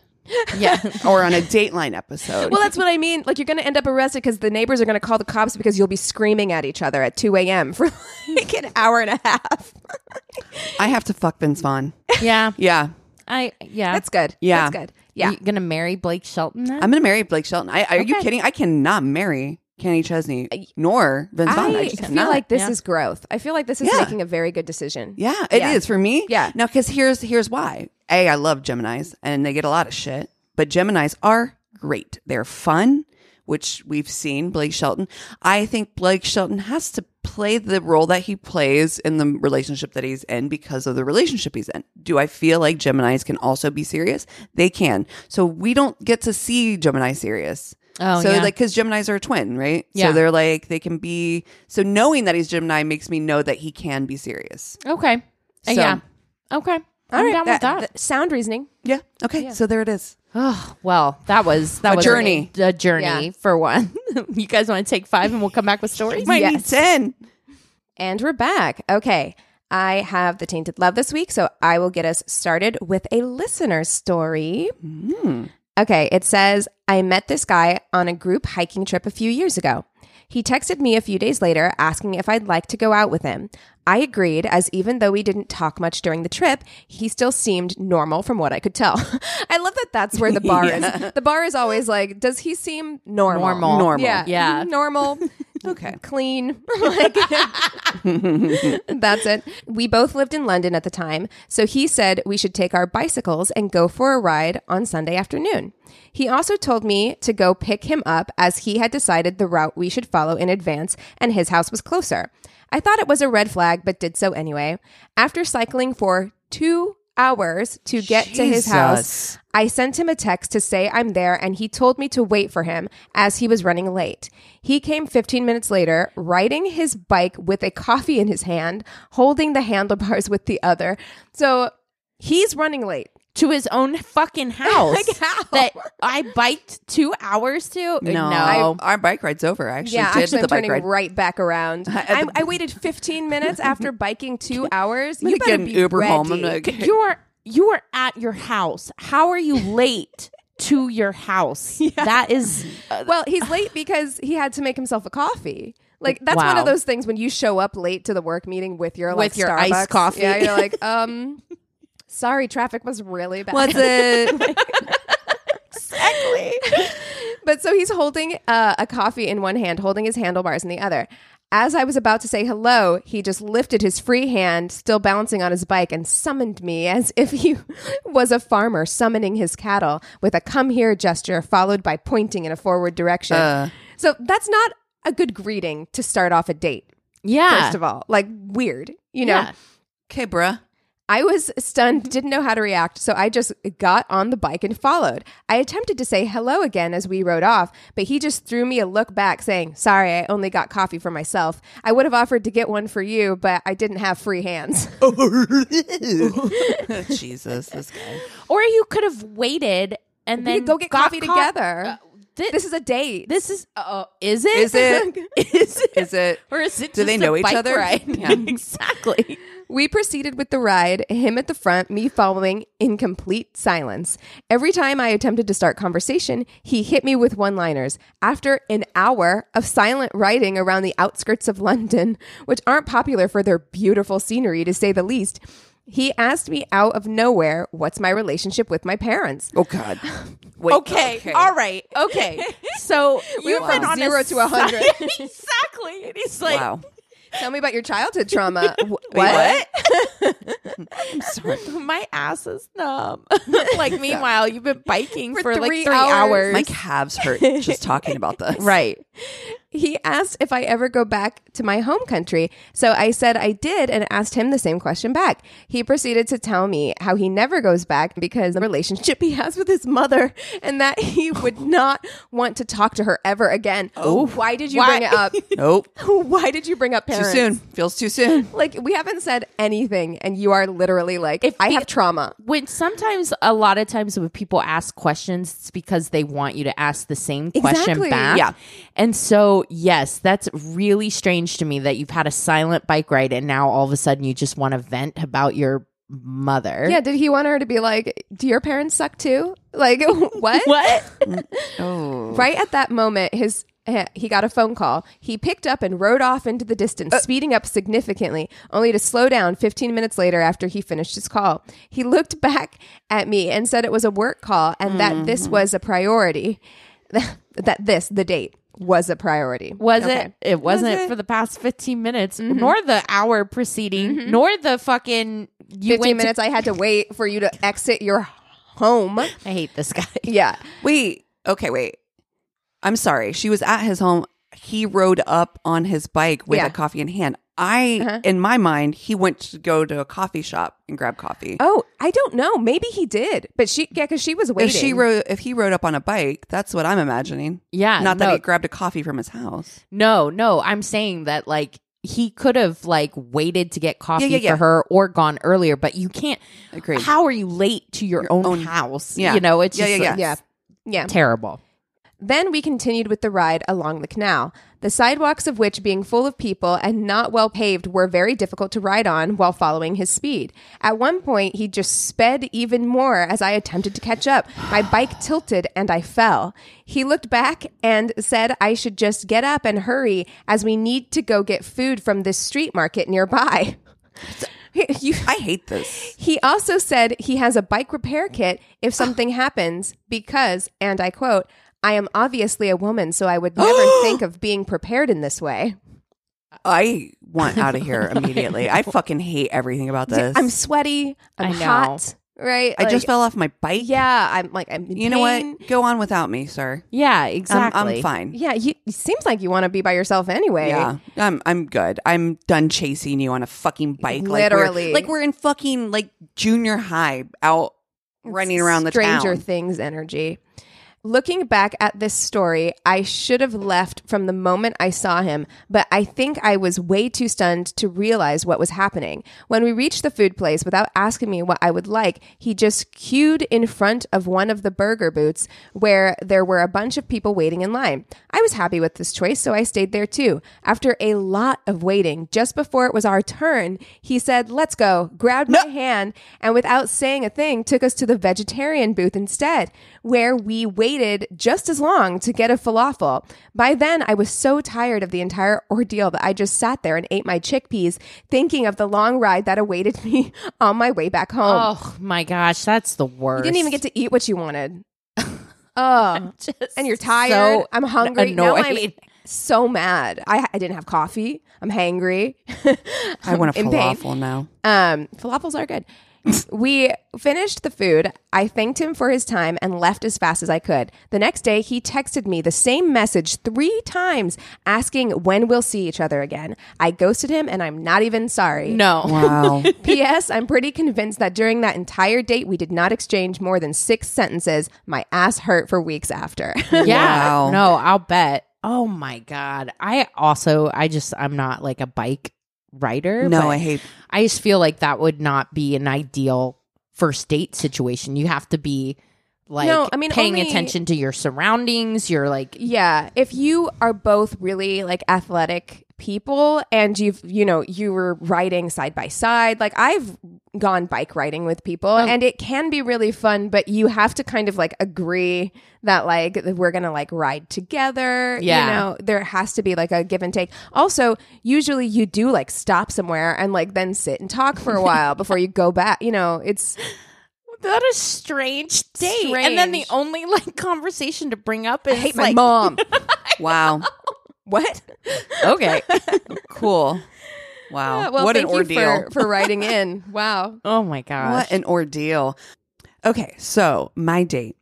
Yeah. or on a Dateline episode. well, that's what I mean. Like you're gonna end up arrested because the neighbors are gonna call the cops because you'll be screaming at each other at 2 a.m. for like an hour and a half. I have to fuck Vince Vaughn. yeah. Yeah. I, yeah. That's good. Yeah. that's good. Yeah, You gonna marry Blake Shelton then? I'm gonna marry Blake Shelton. I, are you Okay. kidding? I cannot marry Kenny Chesney nor Vince Vaughn. I, I just feel cannot. like this Yeah. is growth. I feel like this is Yeah. making a very good decision. yeah, it is Yeah. for me. Yeah. Now, because here's here's why. A, I love Gemini's, and they get a lot of shit, but Gemini's are great. They're fun, which we've seen. Blake Shelton. I think Blake Shelton has to play the role that he plays in the relationship that he's in because of the relationship he's in. Do I feel like Gemini's can also be serious? They can. So we don't get to see Gemini serious. Oh, so yeah. like because Gemini's are a twin, right? Yeah. So they're like they can be. So knowing that he's Gemini makes me know that he can be serious. okay. Uh, So- yeah. Okay. All I'm right, down with that. th- sound reasoning. Yeah. Okay. So there it is. Oh, well, that was that A was journey. A, journey Yeah. for one. you guys want to take five and we'll come back with stories? Might need Yes. ten. And we're back. Okay. I have the tainted love this week, so I will get us started with a listener story. Okay, it says I met this guy on a group hiking trip a few years ago. He texted me a few days later asking if I'd like to go out with him. I agreed, as even though we didn't talk much during the trip, he still seemed normal from what I could tell. I love that that's where the bar is. The bar is always like, does he seem normal? Normal. Normal. Yeah. Yeah. Normal. Okay. clean. like, that's it. We both lived in London at the time, so he said we should take our bicycles and go for a ride on Sunday afternoon. He also told me to go pick him up as he had decided the route we should follow in advance and his house was closer. I thought it was a red flag, but did so anyway. After cycling for two hours to get to his house, Jesus. I sent him a text to say I'm there, and he told me to wait for him as he was running late. He came 15 minutes later, riding his bike with a coffee in his hand, holding the handlebars with the other. So he's running late. to his own fucking house Like, how? that I biked two hours to. No, I, our bike ride's over. I actually yeah, did actually, the I'm bike turning ride. right back around. the- I, I waited 15 minutes after biking two hours. I'm You gonna get better an be Uber home. I'm ready. gonna get- you are you are at your house. How are you late to your house? That is uh, Well, he's late because he had to make himself a coffee. Like that's one Wow. of those things when you show up late to the work meeting with your like With your iced Starbucks. coffee. Yeah, you're like, um, sorry, traffic was really bad. What's it? but so he's holding uh, a coffee in one hand, holding his handlebars in the other. As I was about to say hello, he just lifted his free hand, still balancing on his bike, and summoned me as if he was a farmer summoning his cattle with a come here gesture, followed by pointing in a forward direction. Uh. uh, so that's not a good greeting to start off a date, yeah. first of all. Like, weird, you know? Ah. yeah. okay, bruh. I was stunned, didn't know how to react, so I just got on the bike and followed. I attempted to say hello again as we rode off, but he just threw me a look back saying, Sorry, I only got coffee for myself. I would have offered to get one for you, but I didn't have free hands. Oh, Jesus, this guy. Or you could have waited and We then could go get got coffee co- together. Uh, thi- this is a date. this is uh, is it Is it? is it Is it? or is it? Do they just a know each bike other? ride? Yeah. exactly. We proceeded with the ride, him at the front, me following in complete silence. Every time I attempted to start conversation, he hit me with one liners. After an hour of silent riding around the outskirts of London, which aren't popular for their beautiful scenery to say the least, he asked me out of nowhere, What's my relationship with my parents? Oh God. Wait, Okay. All right. Okay. So you've went been from on zero a to a hundred. si- exactly. And he's like, Wow. Tell me about your childhood trauma. Wh- what? I'm sorry. my ass is numb. like, meanwhile, you've been biking for, For like three three hours. hours. My calves hurt just talking about this. right. He asked if I ever go back to my home country. So I said I did and asked him the same question back. He proceeded to tell me how he never goes back because the relationship he has with his mother and that he would not want to talk to her ever again. Oh, why did you Why? bring it up? Nope. why did you bring up Too parents? soon. Feels too soon. Like we haven't said anything and you are literally like If I the- have trauma. When sometimes, a lot of times, when people ask questions, it's because they want you to ask the same Exactly. question back. Yeah. And so, yes, that's really strange to me that you've had a silent bike ride and now all of a sudden you just want to vent about your mother. Yeah, did he want her to be like, "Do your parents suck too?" Like what? What? Oh. Mm. Right at that moment, his eh, he got a phone call. He picked up and rode off into the distance, speeding up significantly, only to slow down 15 minutes later after he finished his call. He looked back at me and said it was a work call and that this was a priority. that this, the date, was a priority. Was Okay. Mm-hmm. it? It wasn't for the past 15 minutes, nor the hour preceding, nor the fucking you 15 went Mm-hmm. minutes I had to wait for you to exit your home. To, I hate this guy. Yeah. Wait. Okay. Wait. I'm sorry. She was at his home. He rode up on his bike with Yeah. Uh-huh. a coffee in hand. I, in my mind, he went to go to a coffee shop and grab coffee. Oh, I don't know. Maybe he did, but she, yeah, because she was if waiting. she rode, if he rode up on a bike, that's what I'm imagining. Yeah, Not that no. he grabbed a coffee from his house. No, no, I'm saying that like he could have like waited to get coffee yeah, yeah. for her or gone earlier, but you can't. Agreed. How are you late to your, own, house? Yeah. You know, it's Yeah, just yeah, like, yeah. Yeah. terrible. Then we continued with the ride along the canal, the sidewalks of which, being full of people and not well paved, were very difficult to ride on while following his speed. At one point, he just sped even more as I attempted to catch up. My bike tilted and I fell. He looked back and said I should just get up and hurry as we need to go get food from this street market nearby. You- I hate this. he also said he has a bike repair kit if something happens because, and I quote, I am obviously a woman, so I would never think of being prepared in this way. I want out of here immediately. I fucking hate everything about this. I'm sweaty. I'm I know. hot. Right? I just Like, fell off my bike. Yeah, I'm like I'm. in You know pain. what? Go on without me, sir. Yeah, I'm- exactly. I'm, fine. Yeah, you, it seems like you want to be by yourself anyway. Yeah, I'm. I'm good. I'm done chasing you on a fucking bike. Literally. like we're, like we're in fucking like junior high, out running around the Stranger town. Things energy. Looking back at this story, I should have left from the moment I saw him, but I think I was way too stunned to realize what was happening. When we reached the food place, without asking me what I would like, he just queued in front of one of the burger booths where there were a bunch of people waiting in line. I was happy with this choice, so I stayed there too. After a lot of waiting, just before it was our turn, he said, Let's go, grabbed my hand, and without saying a thing, took us to the vegetarian booth instead, where we waited just as long to get a falafel. By then, I was so tired of the entire ordeal that I just sat there and ate my chickpeas, thinking of the long ride that awaited me on my way back home. Oh my gosh, that's the worst. You didn't even get to eat what you wanted. Oh, and you're tired. so I'm hungry. Now I'm annoyed. so mad. I, I didn't have coffee. I'm hangry. I want a in pain. falafel now. Um, falafels are good. we finished the food. I thanked him for his time and left as fast as I could. The next day, he texted me the same message three times asking when we'll see each other again. I ghosted him and I'm not even sorry. No. Wow. P.S. I'm pretty convinced that during that entire date, we did not exchange more than six sentences. My ass hurt for weeks after. Yeah. Wow. No, I'll bet. Oh my god. I also I just I'm not like a bike rider. no, but I hate. I just feel like that would not be an ideal first date situation. You have to be like No, I mean, paying only- attention to your surroundings. You're like yeah. If you are both really like athletic people and you've, you know, you were riding side by side, like I've gone bike riding with people Oh. and it can be really fun, but you have to kind of like agree that like that we're going to like ride together. Yeah. You know, there has to be like a give and take. Also, usually you do like stop somewhere and like then sit and talk for a while before you go back. You know, it's what a strange date. And then the Strange. only like conversation to bring up is I hate my like mom. Wow. what? okay. cool. Wow. Uh, well, what an thank ordeal. you for, for writing in. Wow. Oh my gosh. What an ordeal. Okay, so my date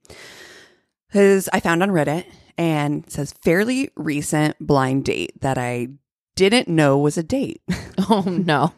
is I found on Reddit and it says fairly recent blind date that I didn't know was a date. oh no.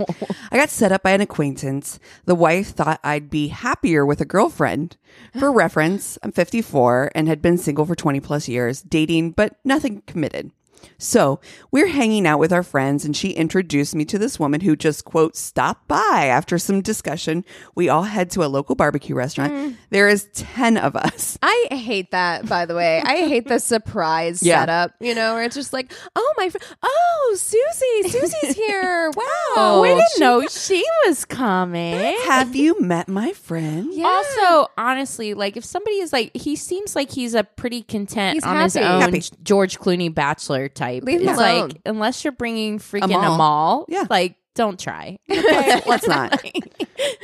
I got set up by an acquaintance. The wife thought I'd be happier with a girlfriend. For reference, I'm 54 and had been single for 20 plus years, dating but nothing committed. So we're hanging out with our friends, and she introduced me to this woman who just, quote, stopped by after some discussion. We all head to a local barbecue restaurant. There is 10 of us. I hate that, by the way. I hate the surprise Yeah. setup, you know, where it's just like, oh, my, fr- oh, Susie, Susie's here. Wow. Oh, Oh, we where did didn't she- know she was coming. Have you met my friend? Yeah. Also, honestly, like if somebody is like, he seems like he's a pretty content He's on his happy. own Happy. G- George Clooney bachelor type. Leave him It's alone. like unless you're bringing freaking Amal. Amal, Yeah. like don't try. Let's not.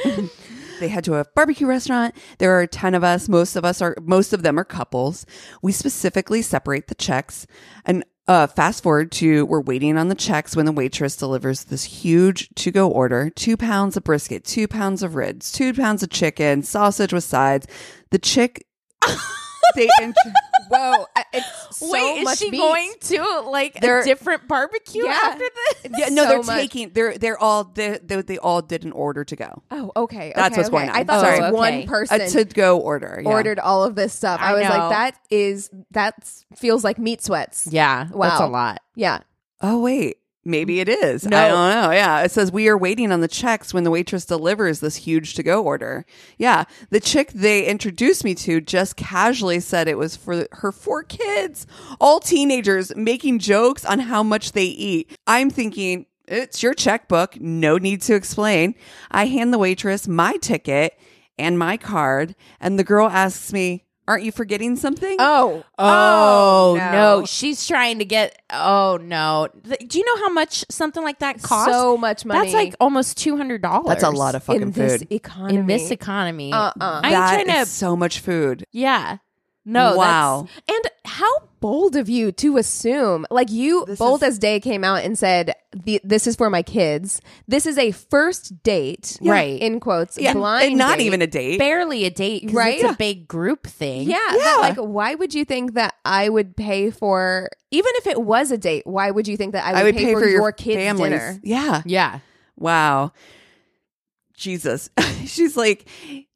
they head to a barbecue restaurant. There are 10 of us. Most of us are most of them are couples. We specifically separate the checks and uh, fast forward to we're waiting on the checks when the waitress delivers this huge to go order two pounds of brisket, two pounds of ribs, two pounds of chicken, sausage with sides. The chick, they int- Whoa. I- It's so Wait, much is she meat. going to like They're- a different barbecue Yeah. after this? yeah, no, So they're much- taking, they're, they're all, they, they, they all did an order to go, Oh, okay. That's okay, what's okay. going on. I thought it was Sorry. one Okay. a person. to go order. yeah. Ordered all of this stuff. I, I was know. like, that is that feels like meat sweats. Yeah, that's Wow. a lot. yeah. Oh wait, maybe it is. I don't know. Yeah, it says we are waiting on the checks when the waitress delivers this huge to go order. Yeah, the chick they introduced me to just casually said it was for her four kids, all teenagers, making jokes on how much they eat. I'm thinking it's your checkbook, no need to explain. I hand the waitress my ticket and my card, and the girl asks me, "Aren't you forgetting something?" Oh, Oh, no. no. she's trying to get. Oh no, Th- do you know how much something like that costs? so much money. That's like almost two hundred dollars. That's a lot of fucking in this food. economy. in this economy. Uh-uh. I'm That trying to. is so much food. yeah. No, Wow. that's- And how bold of you to assume, like you, bold as day, came out and said, "The- "This is for my kids. This is a first date, Right. In quotes, Yeah, blind, and not date. even a date. barely a date because Right? it's a big group thing. Yeah, but like, why would you think that I would pay for even if it was a date? Why would you think that I would, I would pay, for, your, kids' families. dinner? Yeah. Yeah. Wow. Jesus. She's like,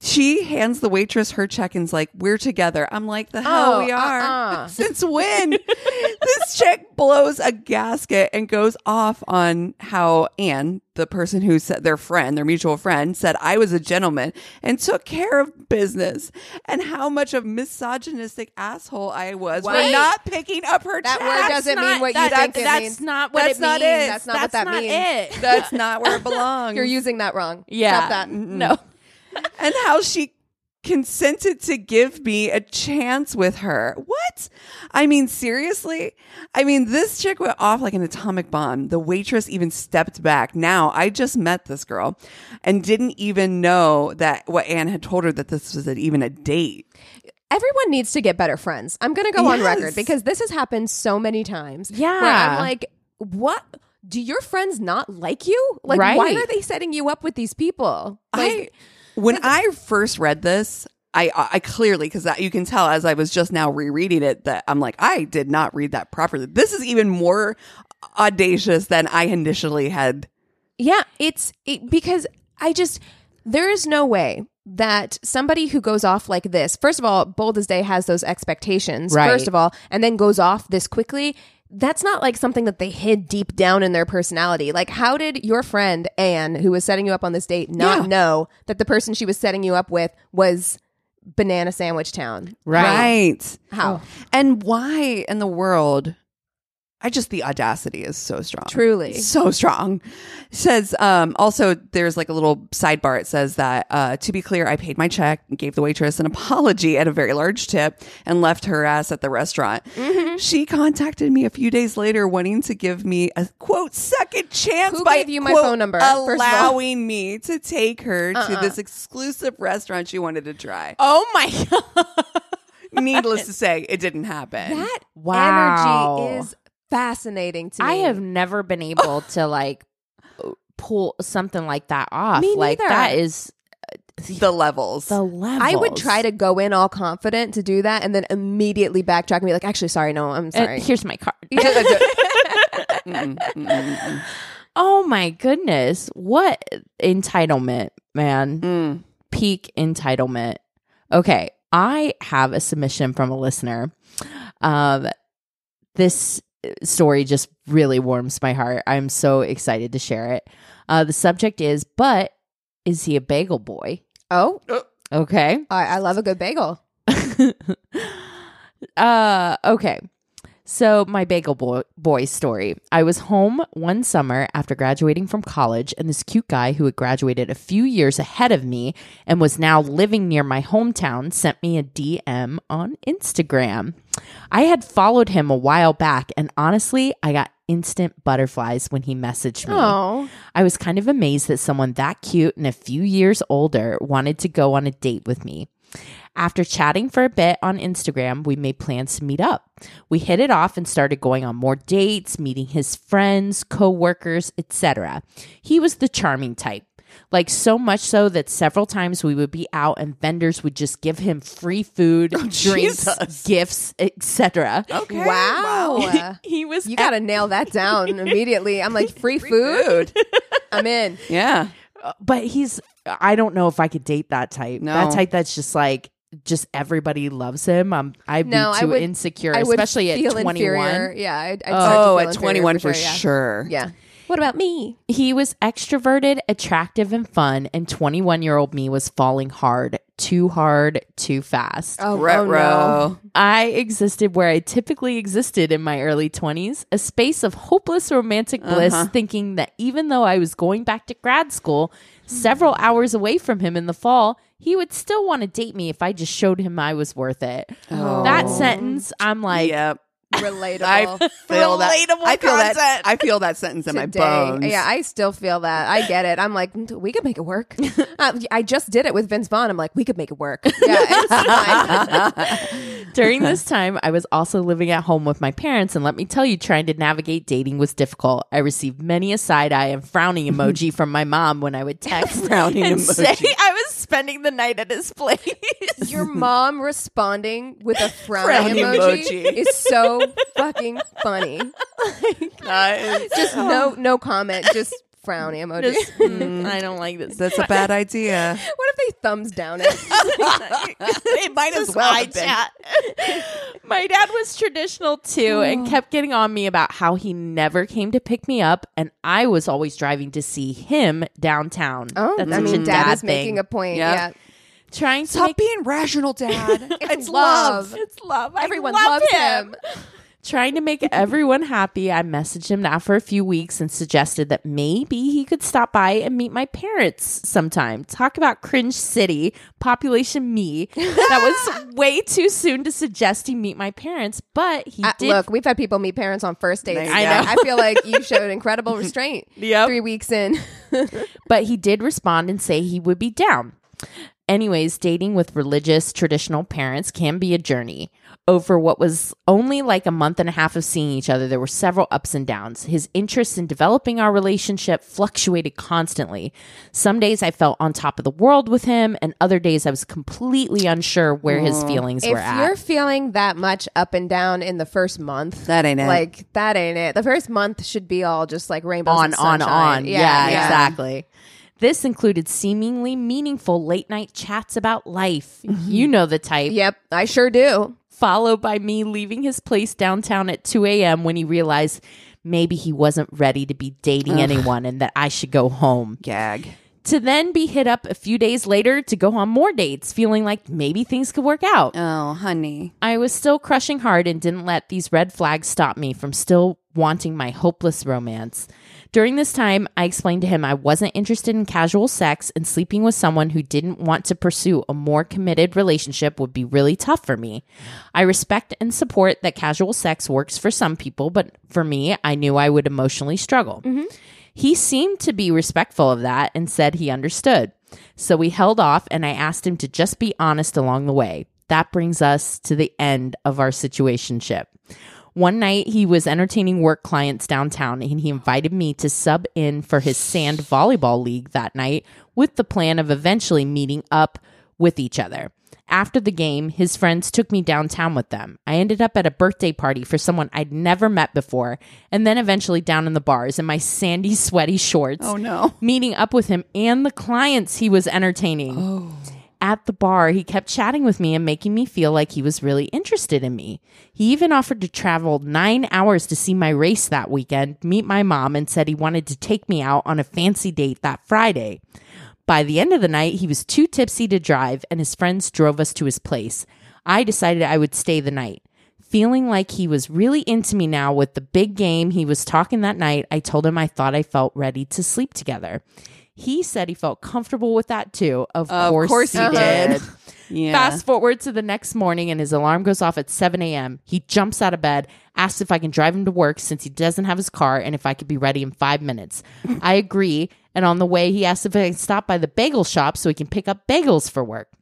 she hands the waitress her check and's like, we're together. I'm like, the hell Oh, we are. uh-uh. Since when? this chick blows a gasket and goes off on how Anne, the person who said their friend, their mutual friend, said I was a gentleman and took care of business and how much of misogynistic asshole I was for Wait. not picking up her That check. word That's doesn't not- mean what you that- think it That's means. not what That's it not means. it. That's not what that means. means. That's not where it belongs. You're using that wrong. Yeah. Stop that. No. and how she consented to give me a chance with her. What? I mean, seriously? I mean, this chick went off like an atomic bomb. The waitress even stepped back. Now, I just met this girl and didn't even know that what Anne had told her that this was even a date. everyone needs to get better friends. I'm going to go on Yes. record because this has happened so many times. Yeah. Where I'm like, what? Do your friends not like you? Like, why Right. are they setting you up with these people? I when I first read this, I I clearly because you can tell as I was just now rereading it that I'm like I did not read that properly. This is even more audacious than I initially had. Yeah, it's it, because I just there is no way that somebody who goes off like this. First of all, bold as day has those expectations. Right. First of all, and then goes off this quickly. That's not like something that they hid deep down in their personality. Like, how did your friend Anne, who was setting you up on this date, not Yeah. know that the person she was setting you up with was Banana Sandwich Town? Right. Oh, How And why in the world? I just the audacity is so strong. truly? So strong. Says um also there's like a little sidebar it says that uh to be clear I paid my check and gave the waitress an apology at a very large tip and left her ass at the restaurant. Mm-hmm. She contacted me a few days later wanting to give me a quote second chance Who by gave you my quote, phone number, first of all? Uh-uh. allowing me to take her to this exclusive restaurant she wanted to try. Oh my god. Needless to say, it didn't happen. That Wow. energy is fascinating to me. I have never been able to like pull something like that off. Me like neither. that is the levels. the level. I would try to go in all confident to do that and then immediately backtrack and be like, actually, sorry, no, I'm sorry. here's my card. Mm-mm, mm-mm, mm-mm. Oh my goodness. What entitlement, man. Mm. Peak entitlement. Okay. I have a submission from a listener. Um, this story just really warms my heart. I'm so excited to share it. Uh, the subject is, but is he a bagel boy? oh, Okay. I, I love a good bagel. uh okay so my bagel boy, boy story i was home one summer after graduating from college and this cute guy who had graduated a few years ahead of me and was now living near my hometown sent me a dm on instagram i had followed him a while back and honestly i got instant butterflies when he messaged me Oh, I was kind of amazed that someone that cute and a few years older wanted to go on a date with me. After chatting for a bit on Instagram, we made plans to meet up. We hit it off and started going on more dates, meeting his friends, coworkers, etc. He was the charming type. Like so much so that several times we would be out and vendors would just give him free food, drinks, gifts, etc. Okay. wow. He was you got to nail that down immediately. I'm like, free food? I'm in. Yeah. but he's I don't know if I could date that type. No. That type that's just like just everybody loves him. Um, I'd No, be I too would- especially I at would especially at feel twenty inferior. one. Yeah. I'd, I'd Oh, start to feel at inferior 21 for yeah. sure. Yeah. What about me? He was extroverted, attractive, and fun, and twenty one year old me was falling hard, too hard, too fast. Oh, oh, Retro. no. I existed where I typically existed in my early 20s, a space of hopeless romantic bliss, Uh-huh. thinking that even though I was going back to grad school several hours away from him in the fall, he would still want to date me if I just showed him I was worth it. That Oh. sentence, I'm like, yep. Relatable. I feel that. Relatable I feel that. content. I feel that sentence in my bones. Yeah, I still feel that. I get it. I'm like, "Mm, we could make it work. Uh, I just did it with Vince Vaughn. I'm like, we could make it work. Yeah, it's fine. During this time, I was also living at home with my parents, and let me tell you, trying to navigate dating was difficult. I received many a side eye and frowning emoji from my mom when I would text Frowning and emoji. say I was spending the night at his place. Your mom responding with a frown Frown emoji, emoji. is so fucking funny. Just no no comment, just frown emoji. Just, mm, I don't like this. That's a bad idea. what if they thumbs down it? they might as well have been. chat. My dad was traditional too Oh. and kept getting on me about how he never came to pick me up and I was always driving to see him downtown. Oh, That's I such mean, a dad, dad is making thing. a point. Yeah. Yeah, trying to Stop make- being rational, Dad. it's, It's love. I Everyone love loves him. Trying to make everyone happy, I messaged him now for a few weeks and suggested that maybe he could stop by and meet my parents sometime. Talk about cringe city, population me. that was way too soon to suggest he meet my parents, but he Uh, did. look, we've had people meet parents on first dates. I know. I feel like you showed incredible restraint. Yep. Three weeks in. but he did respond and say he would be down. Anyways, dating with religious traditional parents can be a journey. Over what was only like a month and a half of seeing each other, there were several ups and downs. His interest in developing our relationship fluctuated constantly. Some days I felt on top of the world with him, and other days I was completely unsure where his feelings Mm. if were at. you're feeling that much up and down in the first month, That ain't it. Like that ain't it. The first month should be all just like rainbows on and on sunshine. on yeah, exactly this included seemingly meaningful late night chats about life Mm-hmm. you know the type Yep, I sure do. followed by me leaving his place downtown at 2 a.m when he realized maybe he wasn't ready to be dating anyone and that i should go home Gag. to then be hit up a few days later to go on more dates feeling like maybe things could work out Oh, honey. I was still crushing hard and didn't let these red flags stop me from still wanting my hopeless romance. During this time, I explained to him I wasn't interested in casual sex and sleeping with someone who didn't want to pursue a more committed relationship would be really tough for me. I respect and support that casual sex works for some people, but for me, I knew I would emotionally struggle. He seemed to be respectful of that and said he understood. So we held off and I asked him to just be honest along the way. That brings us to the end of our situationship. One night he was entertaining work clients downtown and he invited me to sub in for his sand volleyball league that night with the plan of eventually meeting up with each other. After the game, his friends took me downtown with them. I ended up at a birthday party for someone I'd never met before, and then eventually down in the bars in my sandy, sweaty shorts. Oh, no. Meeting up with him and the clients he was entertaining. At the bar, he kept chatting with me and making me feel like he was really interested in me. He even offered to travel nine hours to see my race that weekend, meet my mom, and said he wanted to take me out on a fancy date that Friday. By the end of the night, he was too tipsy to drive, and his friends drove us to his place. I decided I would stay the night. Feeling like he was really into me now with the big game he was talking that night, I told him I thought I felt ready to sleep together. He said he felt comfortable with that too. Of, course, he did. Yeah. Fast forward to the next morning, and his alarm goes off at 7 a.m. He jumps out of bed, asks if I can drive him to work since he doesn't have his car and if I could be ready in five minutes. I agree, and on the way, he asks if I can stop by the bagel shop so he can pick up bagels for work.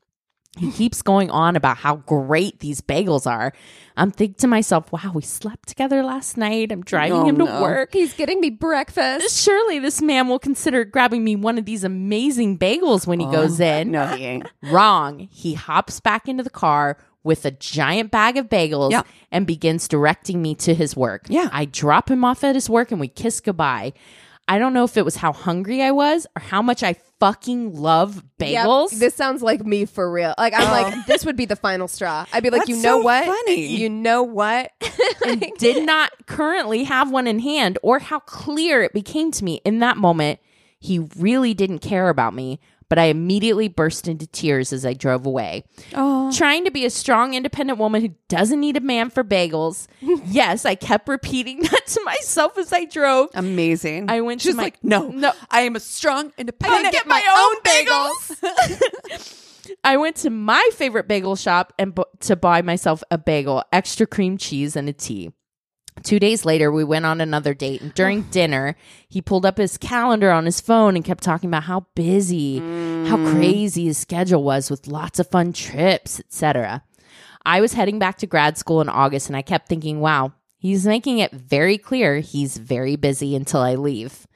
He keeps going on about how great these bagels are. I'm thinking to myself, wow, we slept together last night. I'm driving Oh, him to no. work He's getting me breakfast. surely this man will consider grabbing me one of these amazing bagels when he goes in. No, he ain't. Wrong. He hops back into the car with a giant bag of bagels Yeah. and begins directing me to his work. Yeah. I drop him off at his work and we kiss goodbye. I don't know if it was how hungry I was or how much I fucking love Yep, bagels. this sounds like me for real. Like I'm like this would be the final straw. I'd be like, That's you know so what? funny. You know what? did not currently have one in hand or how clear it became to me in that moment he really didn't care about me but i immediately burst into tears as i drove away trying to be a strong independent woman who doesn't need a man for bagels yes i kept repeating that to myself as i drove Amazing. I went to She's my- like, no, No. no. I am a strong I'm gonna independent. my I went to my favorite bagel shop and bu- to buy myself a bagel, extra cream cheese, and a tea. Two days later, we went on another date, and during dinner, he pulled up his calendar on his phone and kept talking about how busy, how crazy his schedule was with lots of fun trips, etc. I was heading back to grad school in August and I kept thinking, wow, he's making it very clear he's very busy until I leave.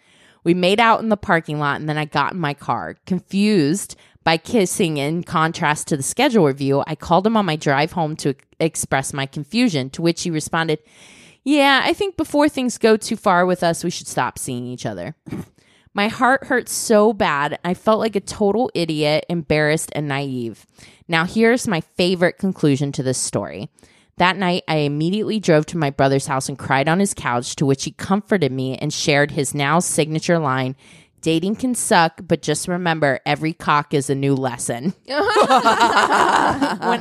We made out in the parking lot and then I got in my car. Confused by kissing in contrast to the schedule review, I called him on my drive home to express my confusion, to which he responded, Yeah, I think before things go too far with us, we should stop seeing each other. My heart hurt so bad, I felt like a total idiot, embarrassed, and naive. Now, here's my favorite conclusion to this story. That night, I immediately drove to my brother's house and cried on his couch, to which he comforted me and shared his now signature line Dating can suck, but just remember every cock is a new lesson. when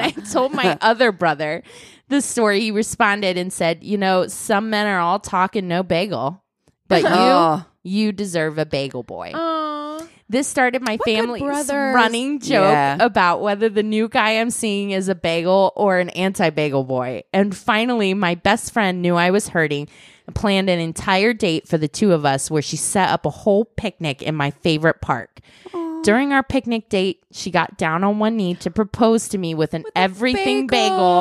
I told my other brother the story, he responded and said, You know, some men are all talk and no bagel, but you, Oh. you deserve a bagel boy. Aww. This started my good family's brothers. running joke Yeah. about whether the new guy I'm seeing is a bagel or an anti bagel boy. And finally, my best friend knew I was hurting and planned an entire date for the two of us where she set up a whole picnic in my favorite park. During our picnic date, she got down on one knee to propose to me with an everything bagel,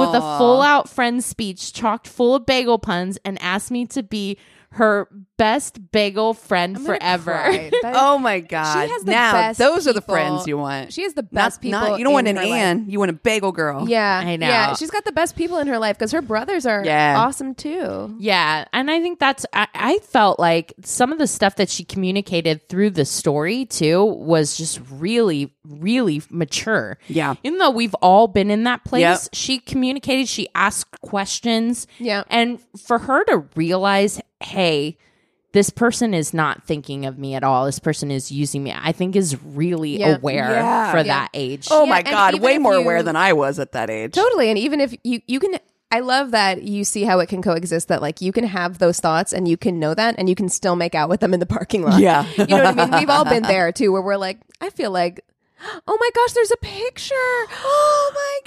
with a full out friend speech chocked full of bagel puns and asked me to be her best bagel friend forever. Oh my god! has the now best those are the people. friends you want. She has the Not- best people. Not, you don't want in an her life. Ann. You want a bagel girl. Yeah, I know. Yeah, she's got the best people in her life because her brothers are Yeah. awesome too. Yeah, and I think that's I, I felt like some of the stuff that she communicated through the story too was just really, really mature. Yeah. even though we've all been in that place, Yep. she communicated. She asked questions. Yeah. and for her to realize, hey, this person is not thinking of me at all. This person is using me. I think is really Yeah. aware Yeah. for Yeah. that age. Oh Yeah, my and god! even Way if more you- aware than I was at that age. Totally. And even if you you can I love that you see how it can coexist that like you can have those thoughts and you can know that and you can still make out with them in the parking lot. Yeah. you know what I mean? We've all been there too where we're like I feel like oh my gosh, there's a picture. Oh my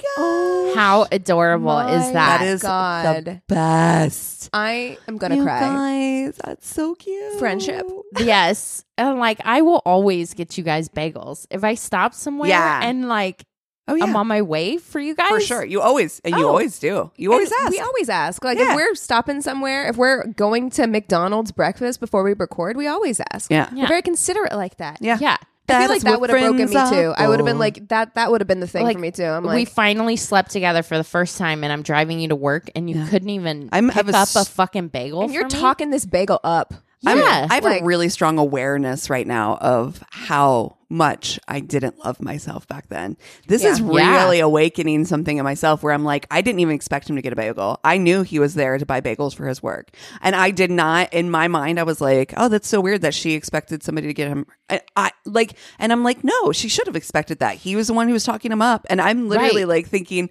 god. How adorable is My that? That is the God. best. I am going to You cry. guys, that's so cute. Friendship. yes. And like I will always get you guys bagels. If I stop somewhere Yeah. and like Oh yeah, I'm on my way for you guys. for sure. You always and you Oh. always do. You always And ask. We always ask. Like Yeah. if we're stopping somewhere, if we're going to McDonald's breakfast before we record, we always ask. Yeah. We're very considerate like that. yeah, Yeah. I feel That's like that what would have broken friends me too. are I would have been for. like that. That would have been the thing Like, for me too. I'm we like, finally slept together for the first time and I'm driving you to work and you couldn't even I'm- I pick have a up a s- fucking bagel. and you're for me? talking this bagel up. I'm- Yeah. I have like- a really strong awareness right now of how much I didn't love myself back then. This is Yeah. really awakening something in myself where I'm like, I didn't even expect him to get a bagel. I knew he was there to buy bagels for his work. And I did not, in my mind, I was like, oh, that's so weird that she expected somebody to get him. I, I like, and I'm like, no, she should have expected that. He was the one who was talking him up. And I'm literally Right. like thinking,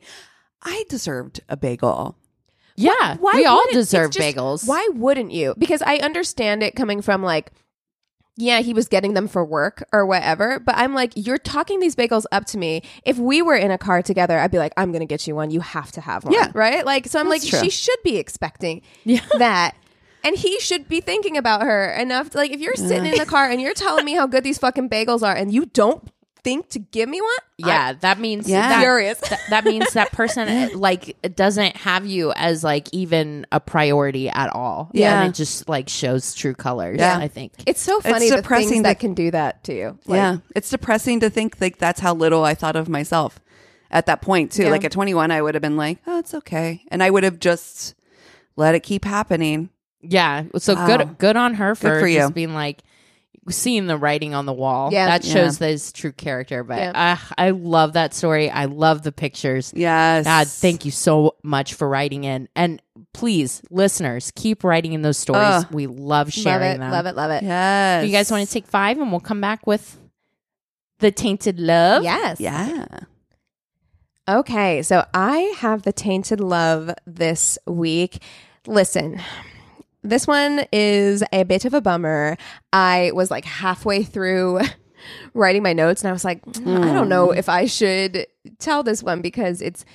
I deserved a bagel. Yeah. we all wouldn't- it's deserve just- bagels. Why wouldn't you? Because I understand it coming from like, yeah, he was getting them for work or whatever. But I'm like, you're talking these bagels up to me. If we were in a car together, I'd be like, I'm gonna get you one. You have to have one. Yeah. Right. Like, so I'm like, true. she should be expecting that. And he should be thinking about her enough. to- like, if you're sitting in the car and you're telling me how good these fucking bagels are, and you don't think to give me one, Yeah, that means Yeah. that, Furious. that, that means that person like doesn't have you as like even a priority at all. Yeah. and it just like shows true colors. Yeah. I think It's so funny the depressing things that- that can do that to you. Like, yeah, it's depressing to think like that's how little I thought of myself at that point too. Like at 21, I would have been like, "Oh, it's okay," and I would have just let it keep happening. Yeah. So Wow. good good on her for, for just you. being like seeing the writing on the wall. Yeah. That Yeah. shows his true character. But ah, I love that story. I love the pictures. Yes, God, thank you so much for writing in. And please, listeners, keep writing in those stories. Ugh. we love Love sharing it, them. love it, love it. Yes, You guys want to take five and we'll come back with the tainted love? Yes. Yeah. Okay, so I have the tainted love this week. Listen, this one is a bit of a bummer. I was like halfway through writing my notes and I was like, "Hmm, I Hmm. don't know if I should tell this one because it's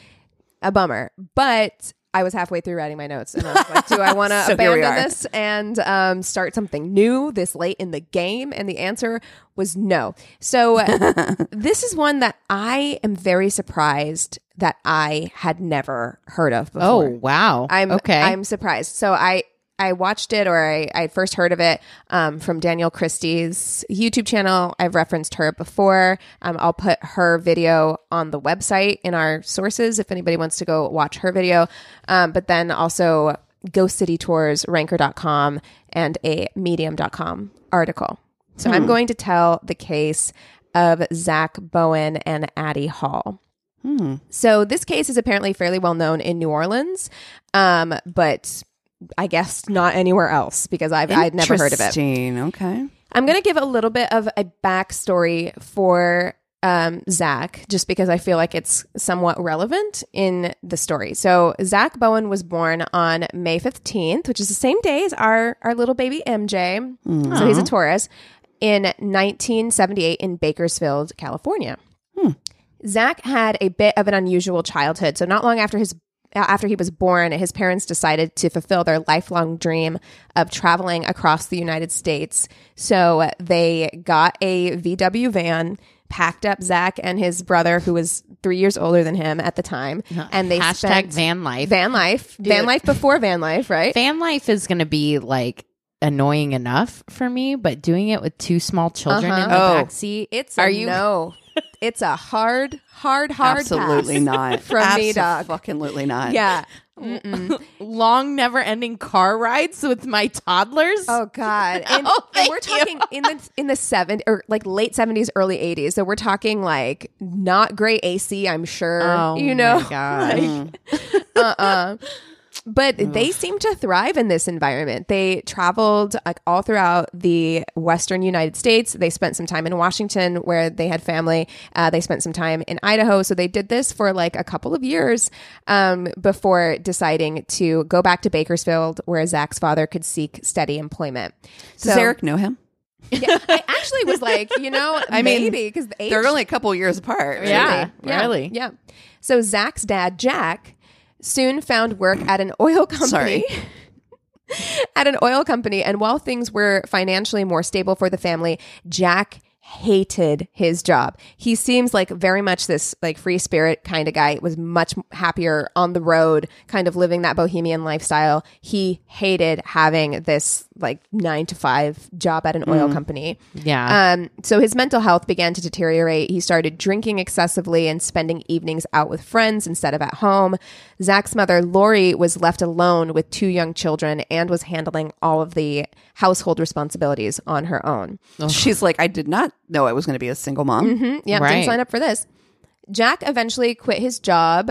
a bummer. But I was halfway through writing my notes, and I was like, "Do I want to So here we abandon are. this and um, start something new this late in the game?" And the answer was no. So this is one that I am very surprised that I had never heard of before. Oh wow. I'm okay. I'm surprised. So I I watched it or I, I first heard of it um, from Danielle Christie's YouTube channel. I've referenced her before. Um, I'll put her video on the website in our sources if anybody wants to go watch her video. Um, but then also Ghost City Tours, Ranker.com, and a Medium.com article. So Hmm. I'm going to tell the case of Zach Bowen and Addie Hall. So this case is apparently fairly well known in New Orleans, um, but I guess not anywhere else because I've I'd never heard of it. Interesting. Okay. I'm going to give a little bit of a backstory for um, Zach, just because I feel like it's somewhat relevant in the story. So Zach Bowen was born on May 15th, which is the same day as our our little baby MJ. So he's a Taurus in 1978 in Bakersfield, California. Zach had a bit of an unusual childhood. So not long after his after he was born, his parents decided to fulfill their lifelong dream of traveling across the United States. So they got a VW van, packed up Zach and his brother, who was three years older than him at the time, and they Hashtag spent van life. Van, van life, van life before van life, right? life is going to be like annoying enough for me, but doing it with two small children in the Uh-huh. Oh. back seat, It's a are you? no. It's a hard, hard, hard Absolutely pass. not. From me, dog. Absolutely not. Yeah. long, never-ending car rides with my toddlers. Oh God! And, Oh, and we're talking thank in the in the seven or like late seventies, early eighties. So we're talking like not great AC, I'm sure. Oh, you know, my gosh. but they seem to thrive in this environment. They traveled like all throughout the western United States. They spent some time in Washington where they had family. Uh, they spent some time in Idaho. So they did this for like a couple of years um, before deciding to go back to Bakersfield where Zach's father could seek steady employment. Does So- Eric know him? yeah, I actually was like, you know, I mean, maybe because the age. They're only a couple years apart. right? Yeah, yeah, really. Yeah. So Zach's dad, Jack, soon found work at an oil company. Sorry. at an oil company. And while things were financially more stable for the family, Jack hated his job. He seems like very much this like free spirit kind of guy. Was much happier on the road, kind of living that bohemian lifestyle. He hated having this like 9 to 5 job at an oil company. Yeah. Um, so his mental health began to deteriorate. He started drinking excessively and spending evenings out with friends instead of at home. Zach's mother, Lori, was left alone with two young children and was handling all of the household responsibilities on her own. She's like, I did not know I was going to be a single mom. Hmm, yeah, Right. didn't sign up for this. Jack eventually quit his job,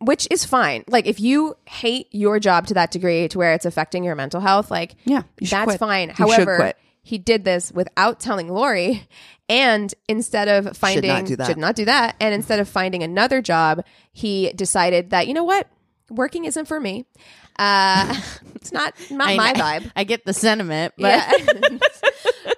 which is fine. Like if you hate your job to that degree to where it's affecting your mental health, like Yeah, you should that's quit. fine. You should However, quit. he did this without telling Lori, and instead of finding do that. should not do that, and instead of finding another job, he decided that you know what, working isn't for me. Uh, it's not not I- my vibe. I get the sentiment, but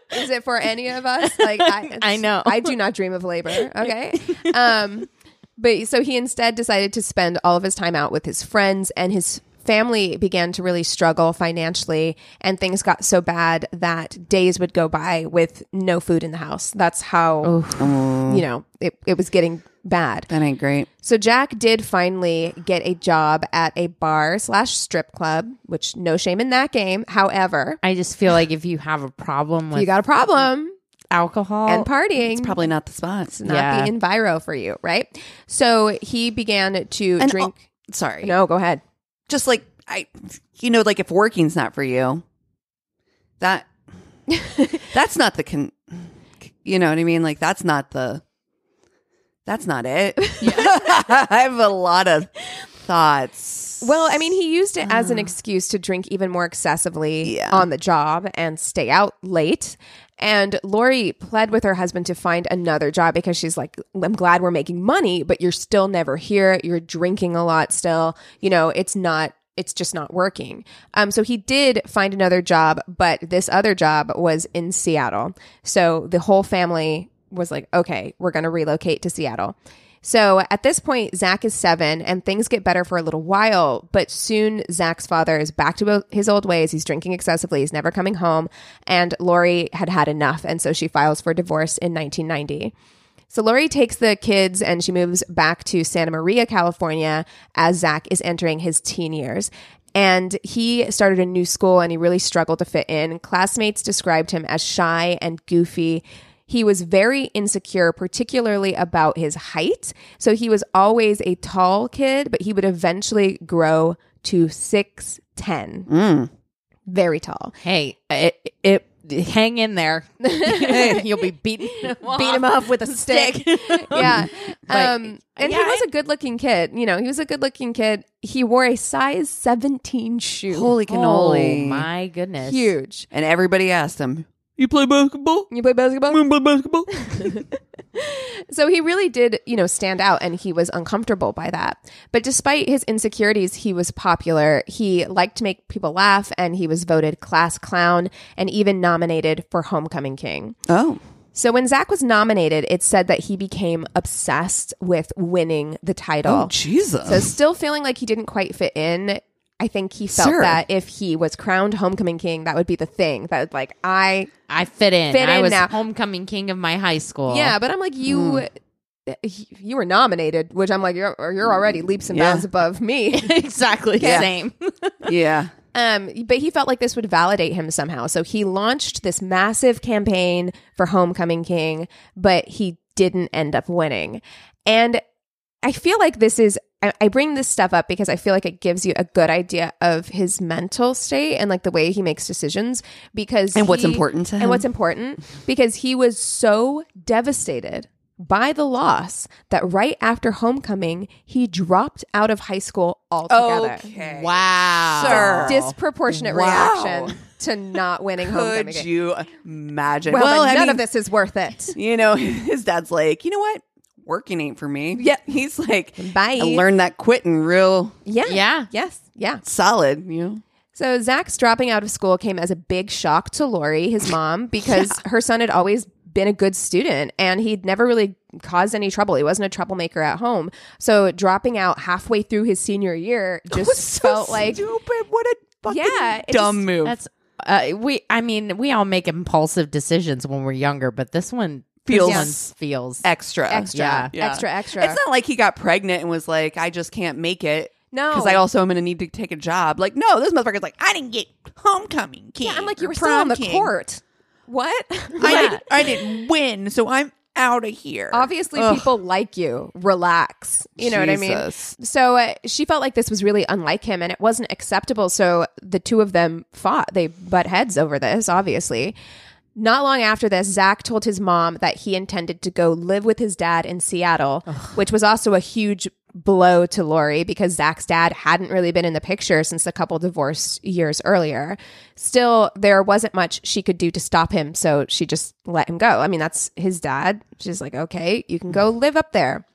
Yeah. Is it for any of us? Like I, I know. I do not dream of labor. Okay. Um, but so he instead decided to spend all of his time out with his friends and his family began to really struggle financially and things got so bad that days would go by with no food in the house. That's how you know it, it was getting bad. That ain't great. So Jack did finally get a job at a bar slash strip club, which no shame in that game. However, I just feel like if you have a problem with you got a problem alcohol and partying. It's probably not the spot. not Yeah. the enviro for you, right? So he began to And drink. Sorry. no, go ahead. Just like, I, you know, like if working's not for you, that, that's not the, con, you know what I mean? Like that's not the, that's not it. I have a lot of thoughts. Well, I mean, he used it as an excuse to drink even more excessively Yeah. on the job and stay out late. And Lori pled with her husband to find another job because she's like, I'm glad we're making money, but you're still never here. You're drinking a lot still. You know, it's not. It's just not working. Um, so he did find another job, but this other job was in Seattle. So the whole family was like, okay, we're going to relocate to Seattle. So at this point, Zach is seven and things get better for a little while, but soon Zach's father is back to his old ways. He's drinking excessively, he's never coming home, and Lori had had enough. And so she files for divorce in 1990. So Lori takes the kids and she moves back to Santa Maria, California, as Zach is entering his teen years. And he started a new school and he really struggled to fit in. Classmates described him as shy and goofy. He was very insecure, particularly about his height. So he was always a tall kid, but he would eventually grow to 6'10. Very tall. Hey, it, it hang in there. You'll be beaten. beat him up with a stick. yeah. But, Um, and yeah, he was a good looking kid. You know, he was a good looking kid. He wore a size 17 shoe. Holy cannoli. Oh my goodness. Huge. And everybody asked him, You play basketball? You play basketball? You play basketball? So he really did, you know, stand out and he was uncomfortable by that. But despite his insecurities, he was popular. He liked to make people laugh and he was voted class clown and even nominated for Homecoming King. Oh, So when Zach was nominated, it said that he became obsessed with winning the Oh, title. Jesus. so still feeling like he didn't quite fit in. I think he felt Sure. that if he was crowned homecoming king, that would be the thing. That would like I I fit in. Fit I in was now. homecoming king of my high school. yeah, but I'm like you Mm. eh, you were nominated, which I'm like you're you're already leaps and Yeah. bounds above me. exactly. Yeah. Same. yeah. Um, but he felt like this would validate him somehow. So he launched this massive campaign for Homecoming King, but he didn't end up winning. And I feel like this is, I, I bring this stuff up because I feel like it gives you a good idea of his mental state and like the way he makes decisions because. And what's he- important to him. And what's important because he was so devastated by the loss that right after Homecoming, he dropped out of high school altogether Wow. Sir. disproportionate Wow. reaction to not winning homecoming. Could game. you imagine? well, then I none mean, of this is worth it. You know, his dad's like, you know what? Working ain't for me. Yeah. He's like, Bye. I learned that quitting real Yeah. Yeah. Yes. Yeah. solid, you know? So Zach's dropping out of school came as a big shock to Lori, his mom, because her son had always been a good student and he'd never really caused any trouble. He wasn't a troublemaker at home. So dropping out halfway through his senior year just felt like stupid. What a fucking Yeah, it dumb just- move. That's uh, we. I mean, we all make impulsive decisions when we're younger, but this one Feels- This one feels extra. extra, Yeah. Yeah. extra, extra. It's not like he got pregnant and was like, I just can't make it. no. Because I also am going to need to take a job. Like, no, this motherfucker's like, I didn't get homecoming king. I'm like, or you were still prom on the king. court. What? I, did, I didn't win, so I'm out of here. Obviously, people like you. Relax. You know what I mean? Jesus. So uh, she felt like this was really unlike him and it wasn't acceptable. So the two of them fought. They butt heads over this, obviously. Not long after this, Zach told his mom that he intended to go live with his dad in Seattle, which was also a huge blow to Lori because Zach's dad hadn't really been in the picture since the couple divorced years earlier. Still, there wasn't much she could do to stop him, so she just let him go. I mean, that's his dad. She's like, okay, you can go live up there.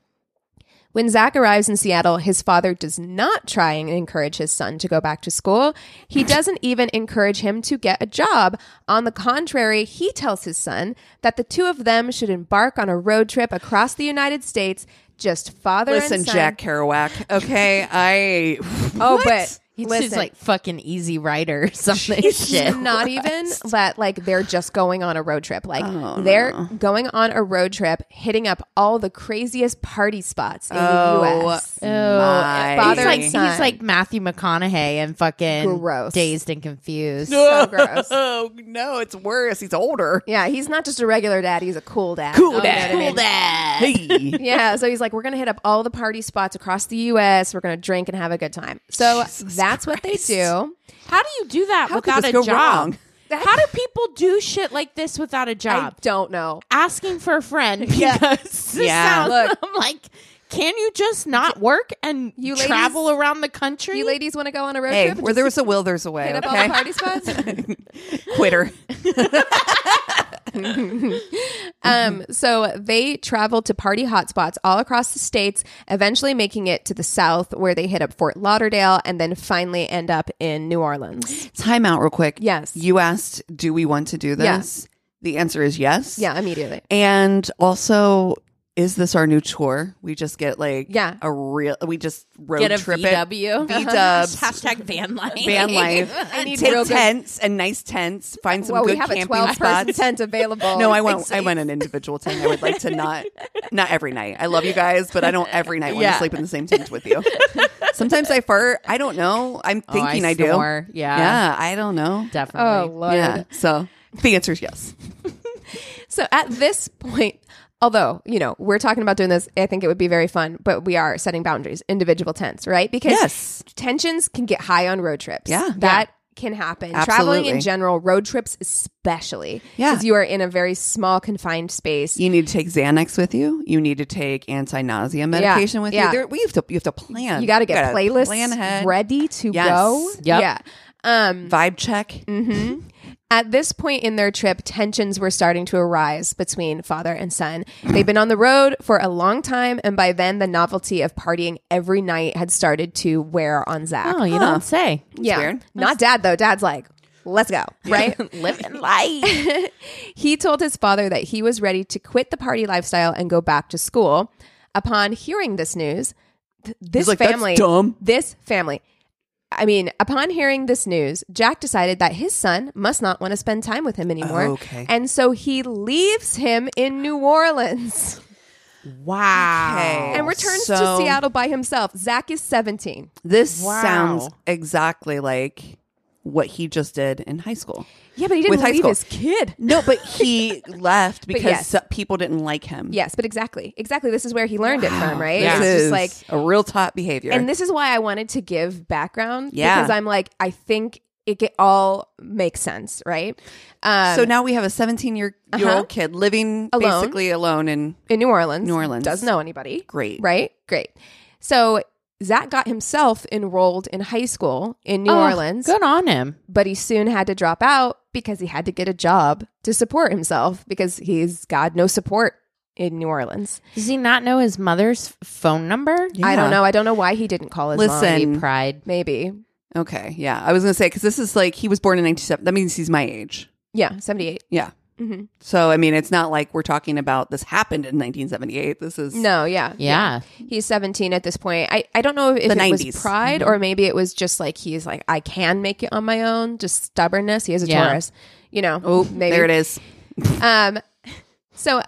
When Zach arrives in Seattle, his father does not try and encourage his son to go back to school. He doesn't even encourage him to get a job. On the contrary, he tells his son that the two of them should embark on a road trip across the United States, just father Listen, and son. Jack Kerouac. Okay, I. Oh, What? but He's listen, just like fucking easy rider or something. Shit. not even that like they're just going on a road trip like they're going on a road trip hitting up all the craziest party spots in the US Oh, My. father Father he's like, and he's son. like Matthew McConaughey and fucking Gross. dazed and confused. so gross Oh no, it's worse. He's older. yeah he's not just a regular dad he's a cool dad Cool You know what dad. I mean? Cool Hey. yeah so he's like we're gonna hit up all the party spots across the US we're gonna drink and have a good time so that's what they do How do you do that How could without this a go job? wrong? How do people do shit like this without a I job? don't know Asking for a friend because this Yeah. sounds- Look. I'm like, can you just not work and you You ladies- travel around the country? you ladies want to go on a road Hey, trip and where just there was a will, there's a hit way. up all the Okay, party spots quitter. Um, so they traveled to party hotspots all across the states, eventually making it to the south where they hit up Fort Lauderdale and then finally end up in New Orleans. Time out, real quick. Yes. You asked, "Do we want to do this?" The answer is yes. Yeah, immediately. And also, is this our new tour? We just get like Yeah. a real. We just road Get a trip VW. it. V dubs, Hashtag van life. van life. I need Take real good- tents and nice tents. Find some well, good we have a camping 12 person spots. tent available. No, I want I want an individual tent. I would like to not not every night. I love you guys, but I don't every night want Yeah. to sleep in the same tent with you. Sometimes I fart. I don't know. I'm Oh, thinking I, do. snore. Yeah. Yeah, I don't know. Oh, Definitely. Lord. Yeah. So the answer is yes. So at this point, although, you know, we're talking about doing this, I think it would be very fun, but we are setting boundaries, individual tents, right? Because Yes. tensions can get high on road trips. Yeah. That can happen. Traveling in Absolutely. general, road trips especially. Yeah. Because you are in a very small, confined space. You need to take Xanax with you. You need to take anti-nausea medication with yeah. you. There, we have to you have to plan. You got to get playlists plan ahead. ready to Yes. go. Yep. Yeah. Um, vibe check. At this point in their trip, tensions were starting to arise between father and son. They'd been on the road for a long time, and by then the novelty of partying every night had started to wear on Zach. Oh, you don't say. yeah. weird. Not dad, though. Dad's like, let's go, right? Living life. he told his father that he was ready to quit the party lifestyle and go back to school. Upon hearing this news, th- this He's like, "That's family, dumb." this family, I mean, upon hearing this news, Jack decided that his son must not want to spend time with him anymore. Okay. And so he leaves him in New Orleans Wow. Okay. and returns Oh, So- to Seattle by himself. Zach is 17. This Wow. sounds exactly like what he just did in high school. Yeah, but he With didn't high leave school. his kid. No, but he left because yes. so- people didn't like him. Yes, but exactly. Exactly. This is where he learned it from, right? Yeah. This It's is just like a real top behavior. And this is why I wanted to give background. Yeah. Because I'm like, I think it get, all makes sense, right? Um, so now we have a 17 year year Uh-huh. old kid living Alone. basically alone and in New Orleans. New Orleans. Doesn't know anybody. great. Right? Great. So Zach got himself enrolled in high school in New Oh, Orleans, Good on him. but he soon had to drop out because he had to get a job to support himself because he's got no support in New Orleans. Does he not know his mother's phone number? I don't Yeah. know. I don't know why he didn't call his mom. Listen. Maybe Pride. Maybe. Okay. Yeah. I was going to say, because this is like he was born in 1970. That means he's my age. Yeah, 78. Yeah. Mhm. So, I mean, it's not like we're talking about this happened in 1978. This is No, yeah. Yeah. He's 17 at this point. I, I don't know if The Mm-hmm. it 90s. was pride or maybe it was just like he's like, I can make it on my own, just stubbornness. He is a Yeah. Taurus, you know. Oh, maybe. there it is. Um, so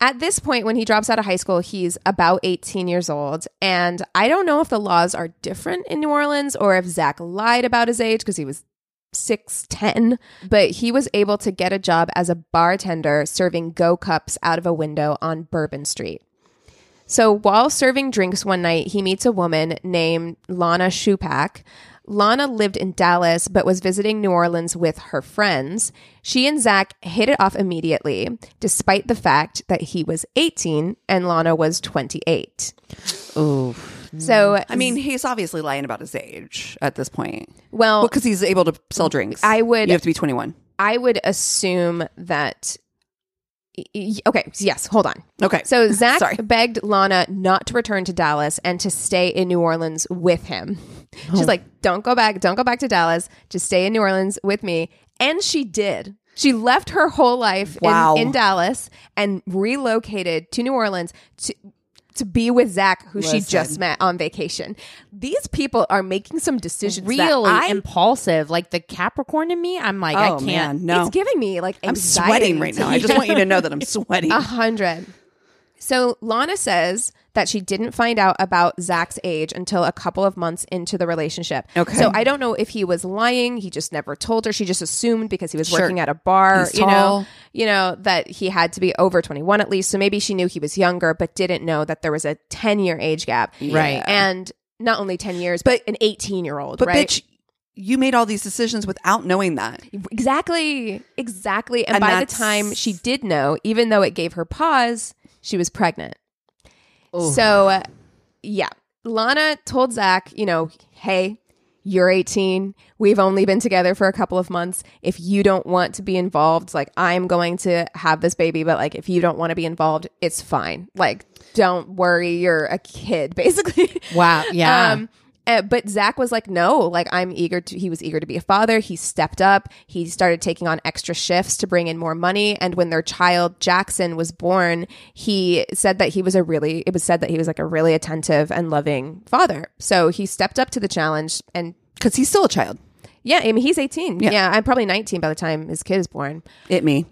at this point, when he drops out of high school, he's about 18 years old. And I don't know if the laws are different in New Orleans or if Zach lied about his age because he was 6'10, but he was able to get a job as a bartender serving go cups out of a window on Bourbon Street. So while serving drinks one night, he meets a woman named Lana Shupak. Lana lived in Dallas but was visiting New Orleans with her friends. She and Zach hit it off immediately, despite the fact that he was 18 and Lana was 28. Ooh. So, I mean, he's obviously lying about his age at this point. well, Well, because he's able to sell drinks. I would- You have to be 21. I would assume that. y- y- Okay, yes, hold on. Okay. So Zach Sorry. begged Lana not to return to Dallas and to stay in New Orleans with him. Oh. She's like, "Don't go back. Don't go back to Dallas. Just stay in New Orleans with me." And she did. She left her whole life in- Wow. in, Dallas and relocated to New Orleans to to be with Zach, who she just met on vacation. These people are making some decisions. that Really I- impulsive. Like the Capricorn in me, I'm like, I Oh, can't. man. No. It's giving me like I'm anxiety sweating right now. I just want you to know that I'm sweating. A hundred. So Lana says that she didn't find out about Zach's age until a couple of months into the relationship. Okay. So I don't know if he was lying. He just never told her. She just assumed because he was Sure. working at a bar, He's you know, tall. you know, that he had to be over 21 at least. So maybe she knew he was younger, but didn't know that there was a 10 year age gap. Right. And not only 10 years, but, an 18 year old. but, right? bitch, you made all these decisions without knowing that. Exactly. Exactly. And, And by the that's- time she did know, even though it gave her pause, she was pregnant. Oof. So, uh, yeah. Lana told Zach, you know, hey, you're 18. We've only been together for a couple of months. If you don't want to be involved, like, I'm going to have this baby, but like, if you don't want to be involved, it's fine. Like, don't worry. You're a kid, basically. Wow. Yeah. Um, Uh, but Zach was like, no, like I'm eager to. He was eager to be a father. He stepped up. He started taking on extra shifts to bring in more money. And when their child Jackson was born, he said that he was a really. It was said that he was like a really attentive and loving father. So he stepped up to the challenge, and because he's still a child. yeah, I mean he's 18. Yeah. Yeah. I'm probably 19 by the time his kid is born. It me.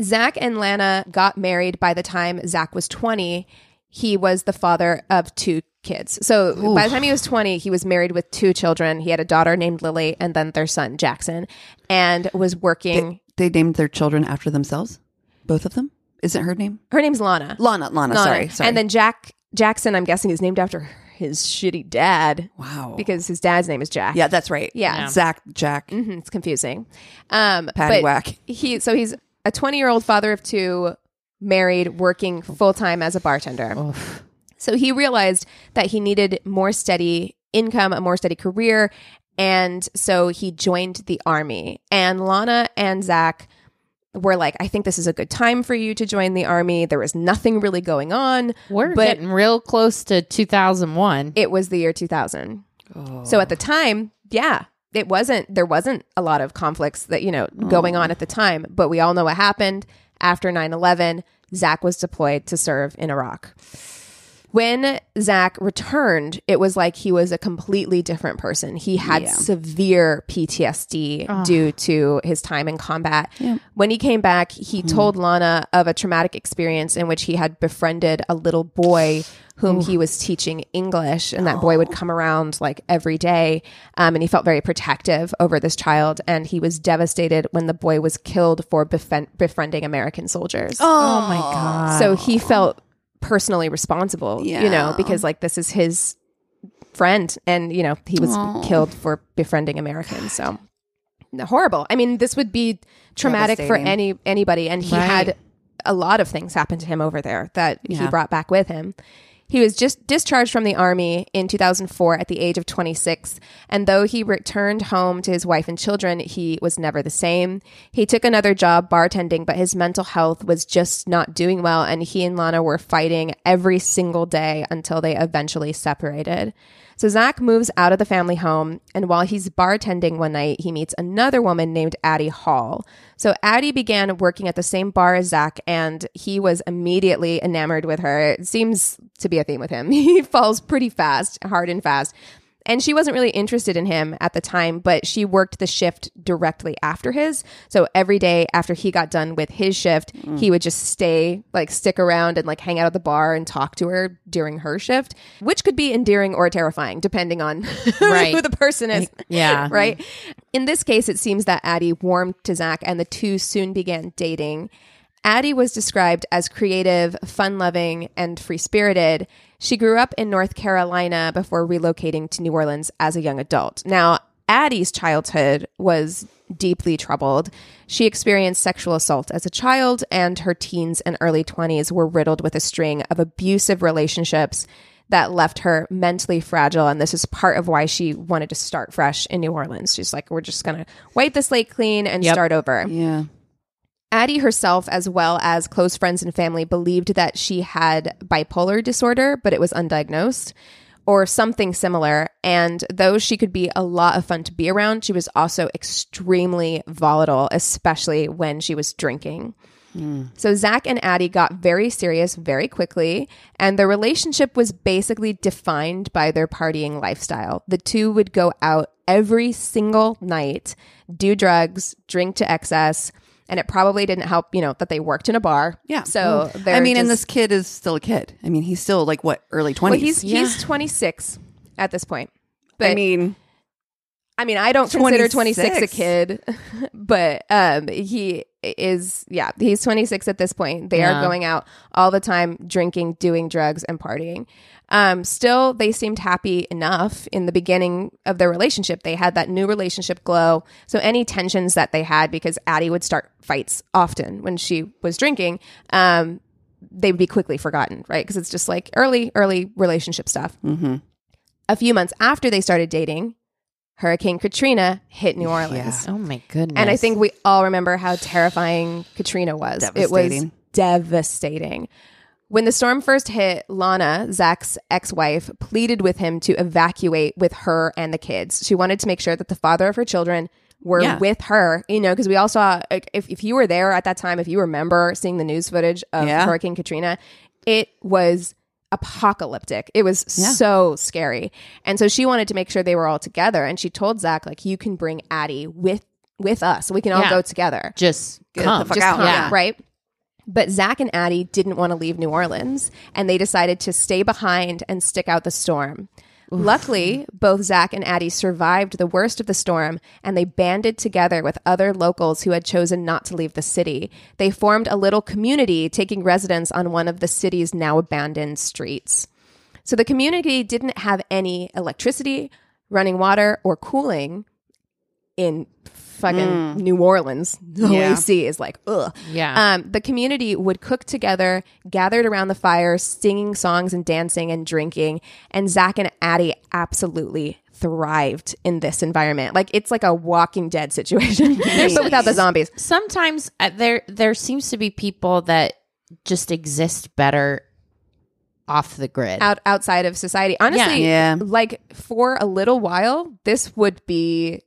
Zach and Lana got married by the time Zach was 20. He was the father of two kids. So by the time he was 20, he was married with two children. He had a daughter named Lily and then their son, Jackson, and was working. they named their children after themselves. Both of them. Isn't her name Her name's Lana. Lana? Lana. Lana. Sorry. Sorry. And then Jack Jackson, I'm guessing, is named after his shitty dad wow. because his dad's name is Jack. yeah, that's right. Yeah. Zach, Jack, Mhm, it's confusing. Um, Patty but Whack. He so he's a 20 year old father of two, married, working full time as a bartender. So he realized that he needed more steady income, a more steady career, and so he joined the army. And Lana and Zach were like, "I think this is a good time for you to join the army." There was nothing really going on. We're But- getting real close to 2001. It was the year 2000. So at the time, yeah, it wasn't, there wasn't a lot of conflicts that, you know, going on at the time, but we all know what happened after 9 11. Zach was deployed to serve in Iraq. When Zach returned, it was like he was a completely different person. He had severe PTSD due to his time in combat. When he came back, he told Lana of a traumatic experience in which he had befriended a little boy whom he was teaching English, and that boy would come around like every day. Um, and he felt very protective over this child, and he was devastated when the boy was killed for befri- befriending American soldiers. oh my god. So he felt personally responsible, you know, Yeah. because like this is his friend and you know, he was killed for befriending Americans. So No, horrible. I mean, this would be traumatic for any anybody and he Right. had a lot of things happen to him over there that he Yeah. brought back with him. He was just discharged from the army in 2004 at the age of 26, and though he returned home to his wife and children, he was never the same. He took another job bartending, but his mental health was just not doing well, and he and Lana were fighting every single day until they eventually separated. So Zach moves out of the family home, and while he's bartending one night, he meets another woman named Addie Hall. So Addie began working at the same bar as Zach, and he was immediately enamored with her. It seems to be a theme with him. He falls pretty fast, hard and fast. And she wasn't really interested in him at the time, but she worked the shift directly after his. So every day after he got done with his shift, he would just stay, like stick around and like hang out at the bar and talk to her during her shift, which could be endearing or terrifying depending on Right. who the person is. yeah. Right. In this case, it seems that Addie warmed to Zach and the two soon began dating. Addie was described as creative, fun loving, and free spirited. She grew up in North Carolina before relocating to New Orleans as a young adult. Now, Addie's childhood was deeply troubled. She experienced sexual assault as a child, and her teens and early 20s were riddled with a string of abusive relationships that left her mentally fragile. And this is part of why she wanted to start fresh in New Orleans. She's like, we're just going to wipe the slate clean and Yep. start over. Yeah. Addie herself, as well as close friends and family, believed that she had bipolar disorder, but it was undiagnosed or something similar. And though she could be a lot of fun to be around, she was also extremely volatile, especially when she was drinking. So Zach and Addie got very serious very quickly, and their relationship was basically defined by their partying lifestyle. The two would go out every single night, do drugs, drink to excess, and it probably didn't help, you know, that they worked in a bar. Yeah. So they're I mean, and just- this kid is still a kid. I mean, he's still like what early twenties. well, he's he's 26 at this point. But I mean, I mean, I don't consider 26. 26 a kid, but um, he is, yeah, he's 26 at this point. They are Yeah. going out all the time, drinking, doing drugs, and partying. Um, still, they seemed happy enough in the beginning of their relationship. They had that new relationship glow. So, any tensions that they had, because Addie would start fights often when she was drinking, um, they would be quickly forgotten, right? Because it's just like early, early relationship stuff. A few months after they started dating, Hurricane Katrina hit New Orleans. Oh my goodness. And I think we all remember how terrifying Katrina was. It was Devastating. devastating. When the storm first hit, Lana, Zach's ex wife, pleaded with him to evacuate with her and the kids. She wanted to make sure that the father of her children were Yeah. with her, you know, because we all saw, like, if, if you were there at that time, if you remember seeing the news footage of Yeah. Hurricane Katrina, it was apocalyptic. It was Yeah. so scary. And so she wanted to make sure they were all together. And she told Zach, like, you can bring Addie with with us. We can all Yeah. go together Just Get come. the fuck just out. come, Yeah. right? But Zach and Addie didn't want to leave New Orleans, and they decided to stay behind and stick out the storm. Luckily, both Zach and Addie survived the worst of the storm, and they banded together with other locals who had chosen not to leave the city. They formed a little community, taking residence on one of the city's now abandoned streets. So the community didn't have any electricity, running water, or cooling in fucking New Orleans. No Mm. Yeah. AC is like, ugh. Yeah. Um, the community would cook together, gathered around the fire, singing songs and dancing and drinking. And Zach and Addie absolutely thrived in this environment. Like it's like a Walking Dead situation, but without the zombies. sometimes uh, there there seems to be people that just exist better off the grid. Out outside of society, honestly, Yeah. Yeah. like for a little while, this would be.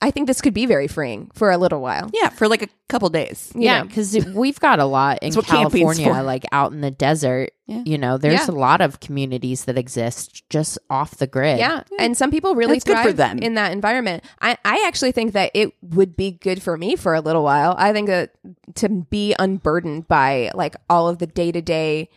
I think this could be very freeing for a little while. Yeah, for like a couple days. yeah, know. because we've got a lot in That's what camping's California, for. like out in the desert. Yeah. You know, there's Yeah. a lot of communities that exist just off the grid. Yeah. And some people really That's good for thrive them. in that environment. I, I actually think that it would be good for me for a little while. I think that to be unburdened by like all of the day to day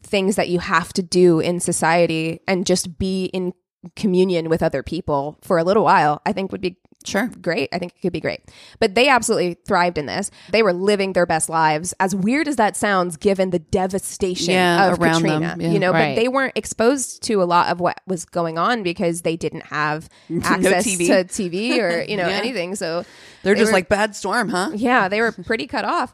things that you have to do in society and just be in communion with other people for a little while, I think would be Sure. great. I think it could be great. But they absolutely thrived in this. They were living their best lives, as weird as that sounds, given the devastation Yeah, of around them. Katrina. Yeah. You know, Right. but they weren't exposed to a lot of what was going on because they didn't have access TV. to TV or you know anything. So They're They just were- like bad storm, huh? yeah, they were pretty cut off.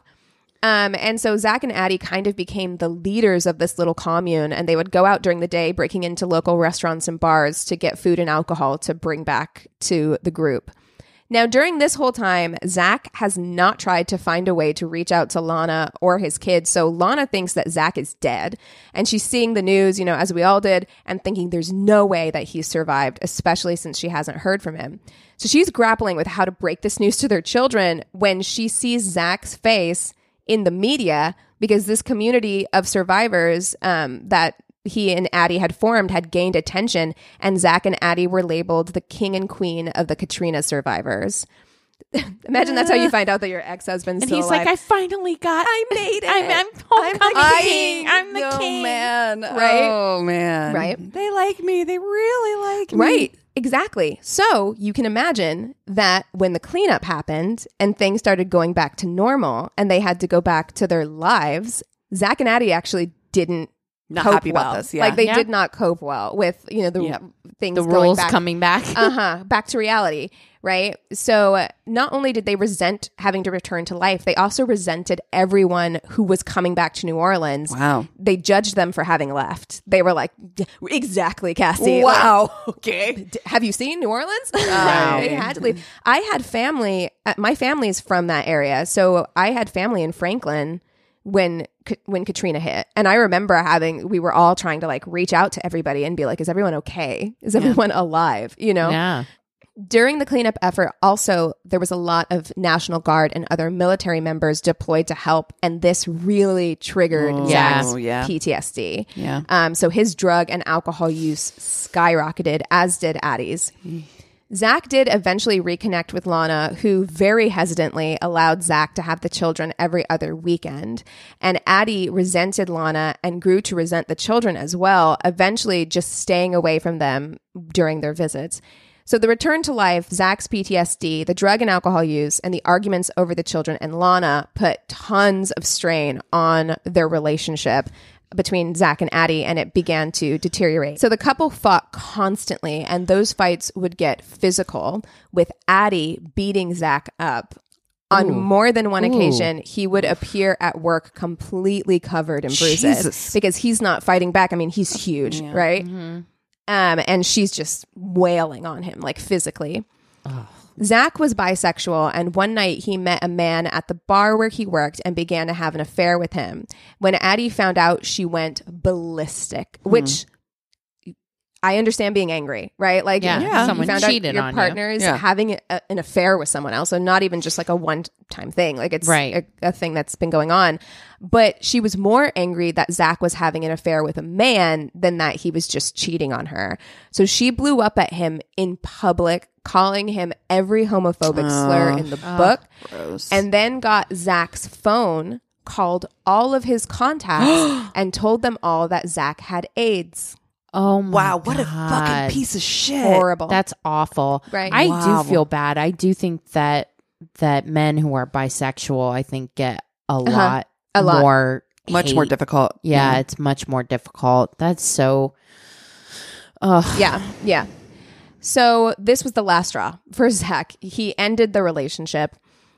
Um, and so Zach and Addie kind of became the leaders of this little commune, and they would go out during the day, breaking into local restaurants and bars to get food and alcohol to bring back to the group. Now, during this whole time, Zach has not tried to find a way to reach out to Lana or his kids. So Lana thinks that Zach is dead, and she's seeing the news, you know, as we all did, and thinking there's no way that he survived, especially since she hasn't heard from him. So she's grappling with how to break this news to their children when she sees Zach's face in the media because this community of survivors um, that he and Addie had formed had gained attention, and Zach and Addie were labeled the king and queen of the Katrina survivors. Imagine that's how you find out that your ex husband's And still he's alive. like, I finally got. I made I'm, it. I'm homecoming I'm the king. I'm the oh, king. man. Right? Oh, man. Right. They like me. They really like me. Right. Exactly. So you can imagine that when the cleanup happened and things started going back to normal and they had to go back to their lives, Zach and Addie actually didn't Not cope happy about well. this, yeah. Like they Yeah. did not cope well with, you know, the Yeah. things The going rules back coming back. uh-huh back to reality right so uh, not only did they resent having to return to life they also resented everyone who was coming back to new orleans Wow. they judged them for having left they were like "Yeah, exactly cassie Like, Wow. Okay. d- have you seen New Orleans? Wow. they had to leave. I had family. Uh, my family's from that area, so I had family in Franklin when Ka- when Katrina hit, and I remember having we were all trying to like reach out to everybody and be like, "Is everyone okay? Is everyone alive?" You know. yeah. During the cleanup effort, also, there was a lot of National Guard and other military members deployed to help, and this really triggered Yeah. Zach's Oh, Yeah. PTSD. Yeah. Um, so his drug and alcohol use skyrocketed, as did Addie's. Zach did eventually reconnect with Lana, who very hesitantly allowed Zach to have the children every other weekend. And Addie resented Lana and grew to resent the children as well, eventually just staying away from them during their visits. So the return to life, Zach's PTSD, the drug and alcohol use, and the arguments over the children and Lana put tons of strain on their relationship between Zach and Addie, and it began to deteriorate. So the couple fought constantly, and those fights would get physical, with Addie beating Zach up. On more than one occasion, he would appear at work completely covered in bruises Jesus. because he's not fighting back. I mean, he's huge, Mm-hmm. right? Um, and she's just wailing on him, like physically. Zach was bisexual, and one night he met a man at the bar where he worked and began to have an affair with him. When Addie found out, she went ballistic, Hmm. which I understand being angry, right? Like, Yeah, you Yeah. someone found out cheated your on you. partner is Yeah. having a, an affair with someone else, so not even just like a one-time thing. Like it's Right. a, a thing that's been going on. But she was more angry that Zach was having an affair with a man than that he was just cheating on her. So she blew up at him in public, calling him every homophobic slur in the book, and then got Zach's phone. Called all of his contacts and told them all that Zach had AIDS. Oh my Wow, what a God. fucking piece of shit. Horrible. That's awful. Right. I Wow. do feel bad. I do think that that men who are bisexual, I think, get a lot, Uh-huh. A lot. more, Much more hate. difficult. Yeah, it's much more difficult. That's so. Ugh. Yeah, yeah. So this was the last straw for Zach. He ended the relationship,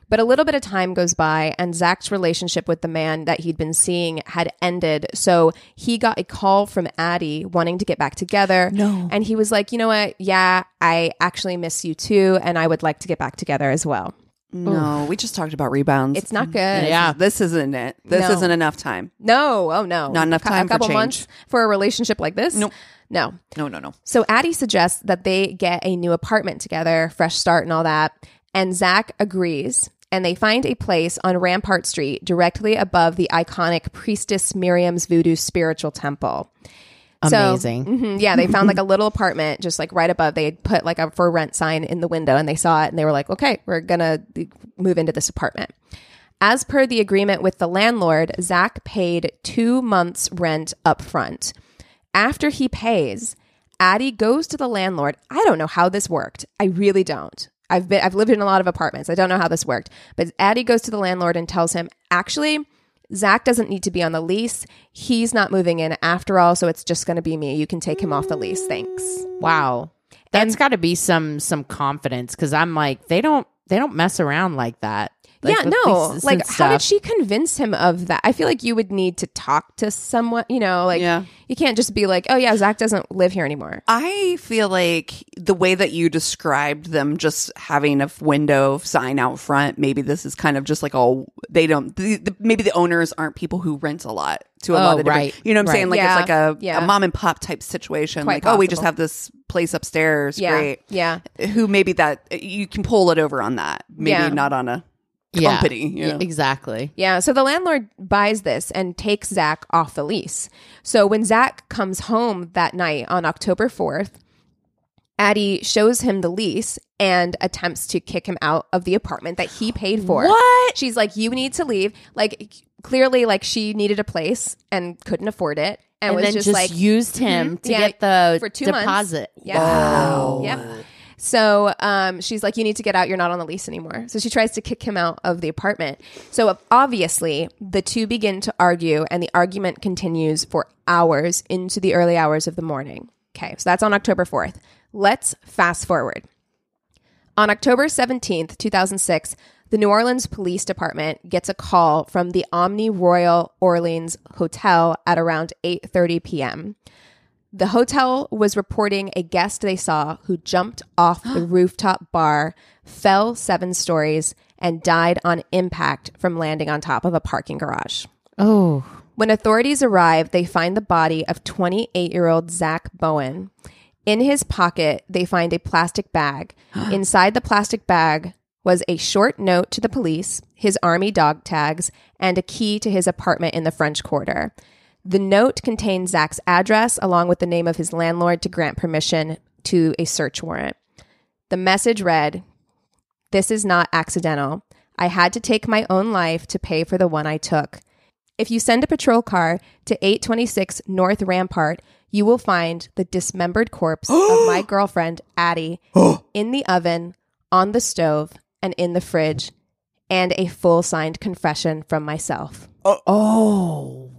but a little bit of time goes by, and Zach's relationship with the man that he'd been seeing had ended. So he got a call from Addie wanting to get back together. No. And he was like, you know what? Yeah, I actually miss you too, and I would like to get back together as well. No, we just talked about rebounds. It's not good. Yeah. Ah, This isn't it. This No. isn't enough time. No, oh no. Not A enough cou- time A for couple change. months for a relationship like this? Nope. No. No, no, no. So Addie suggests that they get a new apartment together, fresh start and all that. And Zach agrees. And they find a place on Rampart Street directly above the iconic priestess Miriam's voodoo spiritual temple. So- Amazing. Mhm, yeah, they found like a little apartment just like right above. They had put like a for rent sign in the window and they saw it and they were like, okay, we're going to move into this apartment. As per the agreement with the landlord, Zach paid two months' rent up front. After he pays, Addie goes to the landlord. I don't know how this worked. I really don't. I've been I've lived in a lot of apartments. I don't know how this worked. But Addie goes to the landlord and tells him, actually, Zach doesn't need to be on the lease. He's not moving in after all, so it's just gonna be me. You can take him off the lease. Thanks. Wow. That's got to be some some confidence because I'm like they don't they don't mess around like that. Like, yeah, with no. leases and Like, how did stuff. she convince him of that? I feel like you would need to talk to someone, you know, like, Yeah. you can't just be like, oh, yeah, Zach doesn't live here anymore. I feel like the way that you described them just having a f- window sign out front, maybe this is kind of just like a they don't the, the, maybe the owners aren't people who rent a lot to a Oh, lot of different, right. you know what I'm Right. saying? Like Yeah. it's like a, Yeah. a mom and pop type situation. Quite like, oh, we just possible. have this place upstairs. Yeah. Great. Yeah. Who maybe that you can pull it over on that. Maybe Yeah. not on a Yeah. company. You know? exactly. Yeah. So the landlord buys this and takes Zach off the lease. So when Zach comes home that night on October 4th, Addie shows him the lease and attempts to kick him out of the apartment that he paid for. What? She's like, you need to leave. Like, clearly, like, she needed a place and couldn't afford it. And, And was then just, just, like, mm-hmm. used him to Yeah, get the for two months. deposit. Yeah. Yeah. So um, she's like, you need to get out. You're not on the lease anymore. So she tries to kick him out of the apartment. So obviously, the two begin to argue, and the argument continues for hours into the early hours of the morning. Okay. So that's on October 4th. Let's fast forward. On October 17th, 2006, the New Orleans Police Department gets a call from the Omni Royal Orleans Hotel at around 8:30 p.m. The hotel was reporting a guest they saw who jumped off the rooftop bar, fell seven stories, and died on impact from landing on top of a parking garage. Oh. When authorities arrive, they find the body of 28 year old Zach Bowen. In his pocket, they find a plastic bag. Inside the plastic bag was a short note to the police, his army dog tags, and a key to his apartment in the French Quarter. The note contained Zach's address along with the name of his landlord to grant permission to a search warrant. The message read, This is not accidental. I had to take my own life to pay for the one I took. If you send a patrol car to 826 North Rampart, you will find the dismembered corpse of my girlfriend, Addie, in the oven, on the stove, and in the fridge, and a full signed confession from myself. Oh.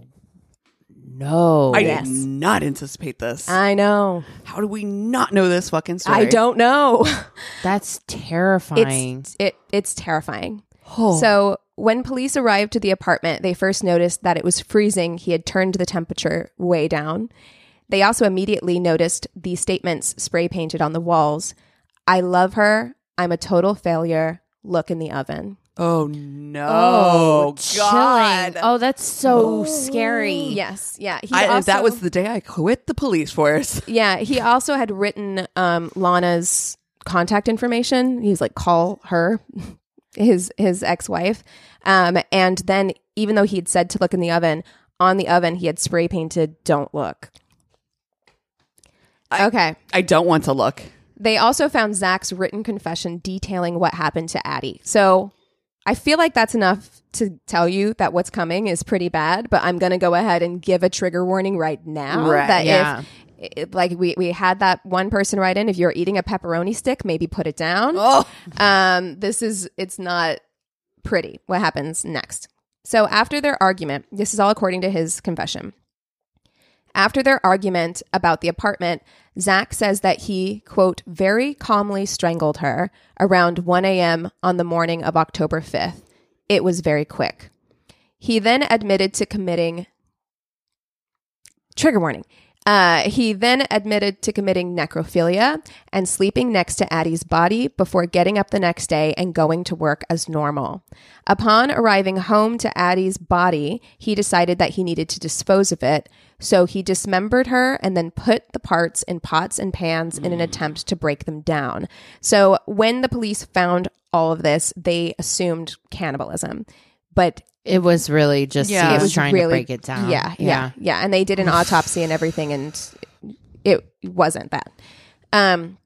No. I Yes. did not anticipate this. I know. How do we not know this fucking story? I don't know. That's terrifying. It's, it, it's terrifying. Oh. So, when police arrived to the apartment, they first noticed that it was freezing. He had turned the temperature way down. They also immediately noticed the statements spray painted on the walls I love her. I'm a total failure. Look in the oven. Oh no! Oh, God! chilling. Oh, that's so scary. Yes. Yeah. He I, also- that was the day I quit the police force. Yeah, he also had written um, Lana's contact information. He's like, call her, his his ex wife, um, and then even though he'd said to look in the oven, on the oven he had spray painted "Don't look." okay. I don't want to look. They also found Zach's written confession detailing what happened to Addie. So I feel like that's enough to tell you that what's coming is pretty bad, but I'm going to go ahead and give a trigger warning right now Right, that yeah. if it, like we, we had that one person write in if you're eating a pepperoni stick, maybe put it down. Oh, Um, this is it's not pretty. What happens next? So after their argument, this is all according to his confession. After their argument about the apartment, Zach says that he, quote, very calmly strangled her around 1 a.m. on the morning of October 5th. It was very quick. He then admitted to committing trigger warning. Uh, he then admitted to committing necrophilia and sleeping next to Addie's body before getting up the next day and going to work as normal. Upon arriving home to Addie's body, he decided that he needed to dispose of it, so he dismembered her and then put the parts in pots and pans in an attempt to break them down. So when the police found all of this, they assumed cannibalism. But It was really just Yeah. he It was, was trying to really- break it down. Yeah, yeah, yeah, And they did an autopsy and everything, and it wasn't that. Um,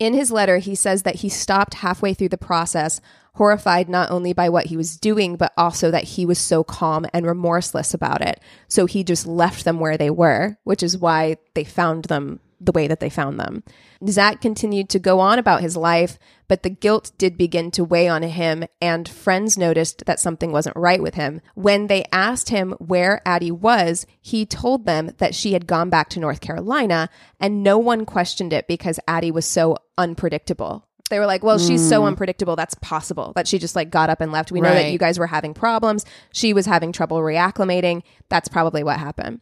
in his letter, he says that he stopped halfway through the process, horrified not only by what he was doing, but also that he was so calm and remorseless about it. So he just left them where they were, which is why they found them the way that they found them. Zach continued to go on about his life, but the guilt did begin to weigh on him, and friends noticed that something wasn't right with him. When they asked him where Addie was, he told them that she had gone back to North Carolina, and no one questioned it because Addie was so unpredictable. They were like, well, she's so unpredictable. That's possible that she just like got up and left. We know that Right. you guys were having problems. She was having trouble reacclimating. That's probably what happened.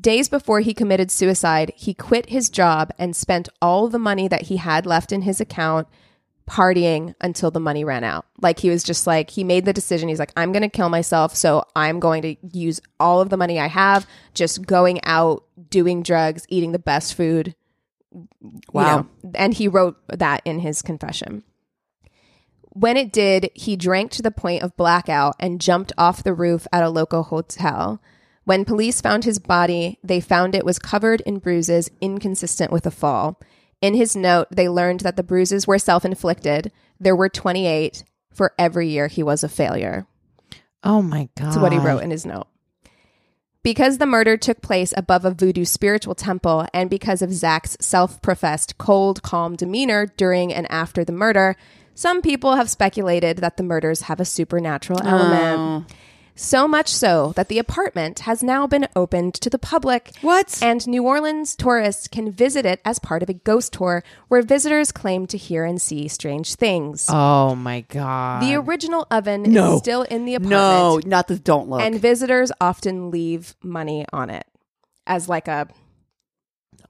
Days before he committed suicide, he quit his job and spent all the money that he had left in his account partying until the money ran out. Like he was just like, he made the decision. He's like, I'm going to kill myself. So I'm going to use all of the money I have, just going out, doing drugs, eating the best food. you Wow. know. And he wrote that in his confession. When it did, he drank to the point of blackout and jumped off the roof at a local hotel. When police found his body, they found it was covered in bruises inconsistent with a fall. In his note, they learned that the bruises were self inflicted. There were 28 for every year he was a failure. Oh my god. That's Ah. what he wrote in his note. Because the murder took place above a voodoo spiritual temple, and because of Zach's self professed cold, calm demeanor during and after the murder, some people have speculated that the murders have a supernatural element. Oh. So much so that the apartment has now been opened to the public. What? And New Orleans tourists can visit it as part of a ghost tour where visitors claim to hear and see strange things. Oh my god. the original oven No. is still in the apartment no, not the don't look. and visitors often leave money on it as like a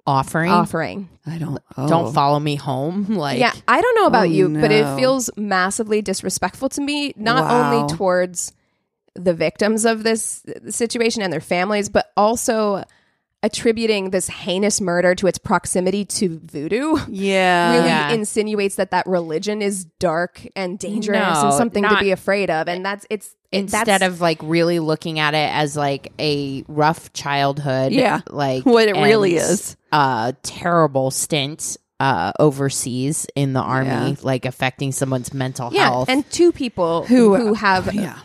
offering. offering. I don't. Oh. Don't follow me home. Like yeah, I don't know about Oh, you, but it no. feels massively disrespectful to me, not Wow. only towards the victims of this situation and their families, but also attributing this heinous murder to its proximity to voodoo. Yeah. Really Yeah. insinuates that that religion is dark and dangerous No, and something to not- be afraid of, and that's it's instead that's, of like really looking at it as like a rough childhood Yeah. like What it really and, is. uh terrible stint uh overseas in the army Yeah. like affecting someone's mental yeah, health and two people Who- who who have yeah.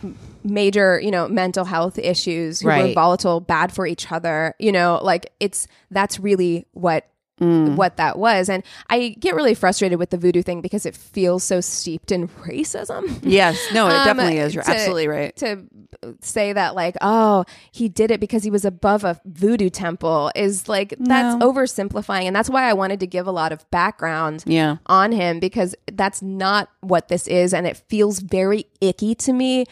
major, you know, mental health issues who were Right. volatile, bad for each other, you know, like it's that's really what Mm. what that was. And I get really frustrated with the voodoo thing because it feels so steeped in racism. Yes. No. It Um, definitely is. You're to- absolutely right. To say that like, oh, he did it because he was above a voodoo temple is like that's No. oversimplifying. And that's why I wanted to give a lot of background Yeah. on him because that's not what this is and it feels very icky to me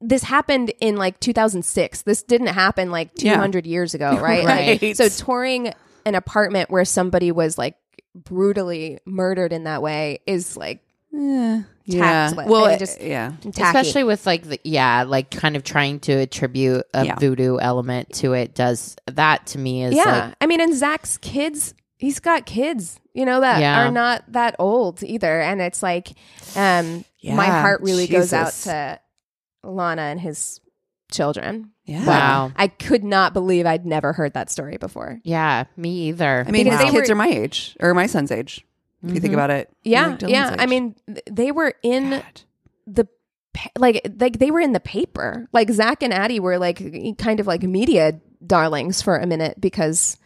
this happened in like 2006 this didn't happen like Yeah. 200 years ago right, Like, Right. so touring an apartment where somebody was like brutally murdered in that way is like Yeah. Tactless. Well, I mean, it- just- yeah. tacky. Especially with like the yeah, like kind of trying to attribute a Yeah. voodoo element to it does that to me is yeah. like I mean, and Zach's kids, he's got kids, you know, that Yeah. are not that old either. And it's like, um, my Yeah, heart really goes out Jesus. to Lana and his children. Yeah. wow. I could not believe I'd never heard that story before. Yeah, me either. I mean, Because his they kids were- Mm-hmm. are my age or my son's age. If you think about it. Yeah, Like Dylan's yeah. I age. mean, th- they were in God. the pa- like like they were in the paper. Like Zach and Addie were like e, kind of like media darlings for a minute because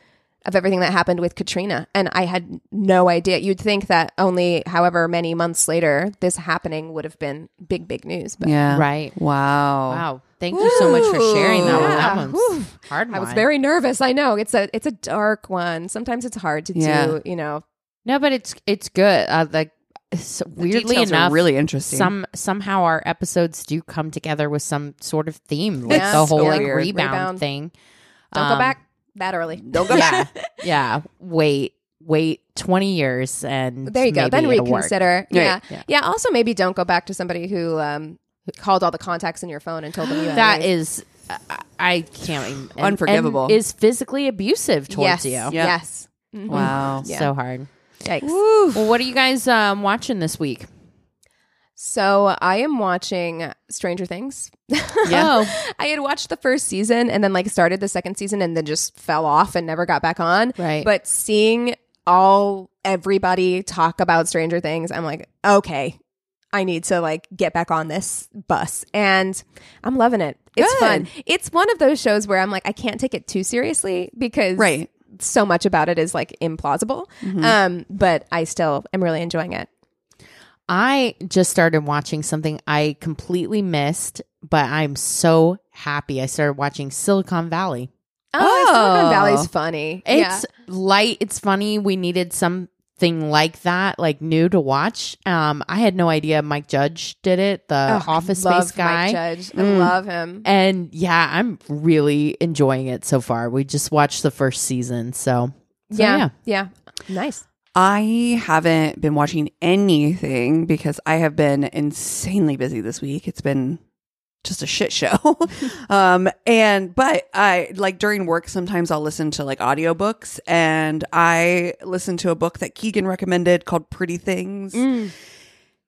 of everything that happened with Katrina, and I had no idea. You'd think that only however many months later this happening would have been big big news, but yeah. right. Wow. Wow. Thank you so much for sharing that one. Yeah. That one's Whew. hard one. I was very nervous. I know it's a it's a dark one. Sometimes it's hard to Yeah. do. You know, No, but it's it's good. Uh, like s- The weirdly details are enough, really interesting. some somehow our episodes do come together with some sort of theme, like Yeah. the whole So like weird. rebound, Rebound. thing. don't Um, go back that early. Don't go yeah, back. yeah. Wait, wait, twenty years, and There you go. Then maybe it'll work. reconsider. Yeah. Right. yeah. Also, maybe don't go back to somebody who um, called all the contacts in your phone and told them you had That AIDS. is, I, I can't even and- Unforgivable. and is physically abusive yes. towards you. Yeah. Yes. Mhm. Mm-hmm. Wow. Yeah. So hard. Yikes. Well, what are you guys um, watching this week? So I am watching Stranger Things. Oh, I had watched the first season and then like started the second season and then just fell off and never got back on. Right. But seeing all everybody talk about Stranger Things, I'm like, okay, I need to like get back on this bus. And I'm loving it. It's Good. fun. It's one of those shows where I'm like, I can't take it too seriously because Right. so much about it is like implausible. Mm-hmm. Um, but I still am really enjoying it. I just started watching something I completely missed, but I'm so happy. I started watching Silicon Valley. Oh, Silicon Oh. Valley's funny. yeah. It's light, it's funny. We needed something like that, like new to watch. Um, I had no idea Mike Judge did it, the Oh, I office love space guy. Mm. Mike Judge. I love him. And yeah, I'm really enjoying it so far. We just watched the first season, so, so yeah, yeah, Nice. I haven't been watching anything because I have been insanely busy this week. It's been just a shit show. um and but I like during work sometimes I'll listen to like audiobooks and I listened to a book that Keegan recommended called Pretty Things. Mm.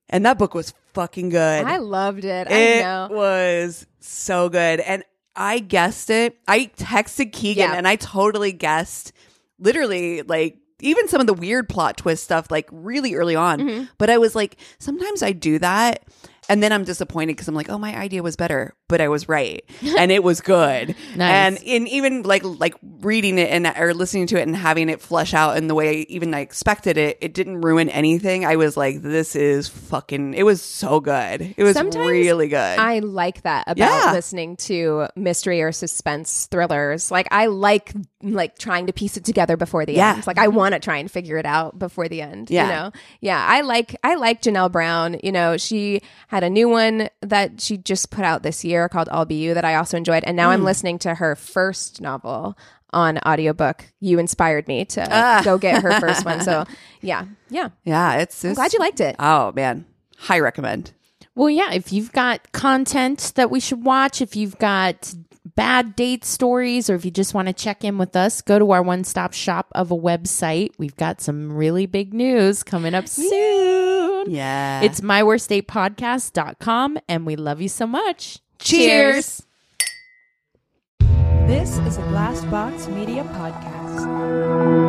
And that book was fucking good. I loved it. it I know. was so good. And I guessed it. I texted Keegan Yeah. and I totally guessed literally like even some of the weird plot twist stuff like really early on. Mm-hmm. But I was like, sometimes I do that and then I'm disappointed because I'm like, oh, my idea was better, but I was right, and it was good. Nice. And in even like like reading it and or listening to it and having it flesh out in the way even I expected it, it didn't ruin anything. I was like, this is fucking. It was so good. It was Sometimes really good. I like that about Yeah. listening to mystery or suspense thrillers. Like I like like trying to piece it together before the Yeah. end. Like I want to try and figure it out before the end. Yeah. You know? Yeah. I like I like Janelle Brown. You know, she had a new one that she just put out this year called I'll Be You that I also enjoyed. And now Mm. I'm listening to her first novel on audiobook. You inspired me to Ah. go get her first one. So yeah. Yeah. yeah, it's. it's I'm glad you liked it. Oh man, high recommend. Well, yeah, if you've got content that we should watch, if you've got bad date stories, or if you just want to check in with us, go to our one stop shop of a website. We've got some really big news coming up soon. Yeah, It's myworstdatepodcast.com, and we love you so much. Cheers. This is a Glass Box Media Podcast.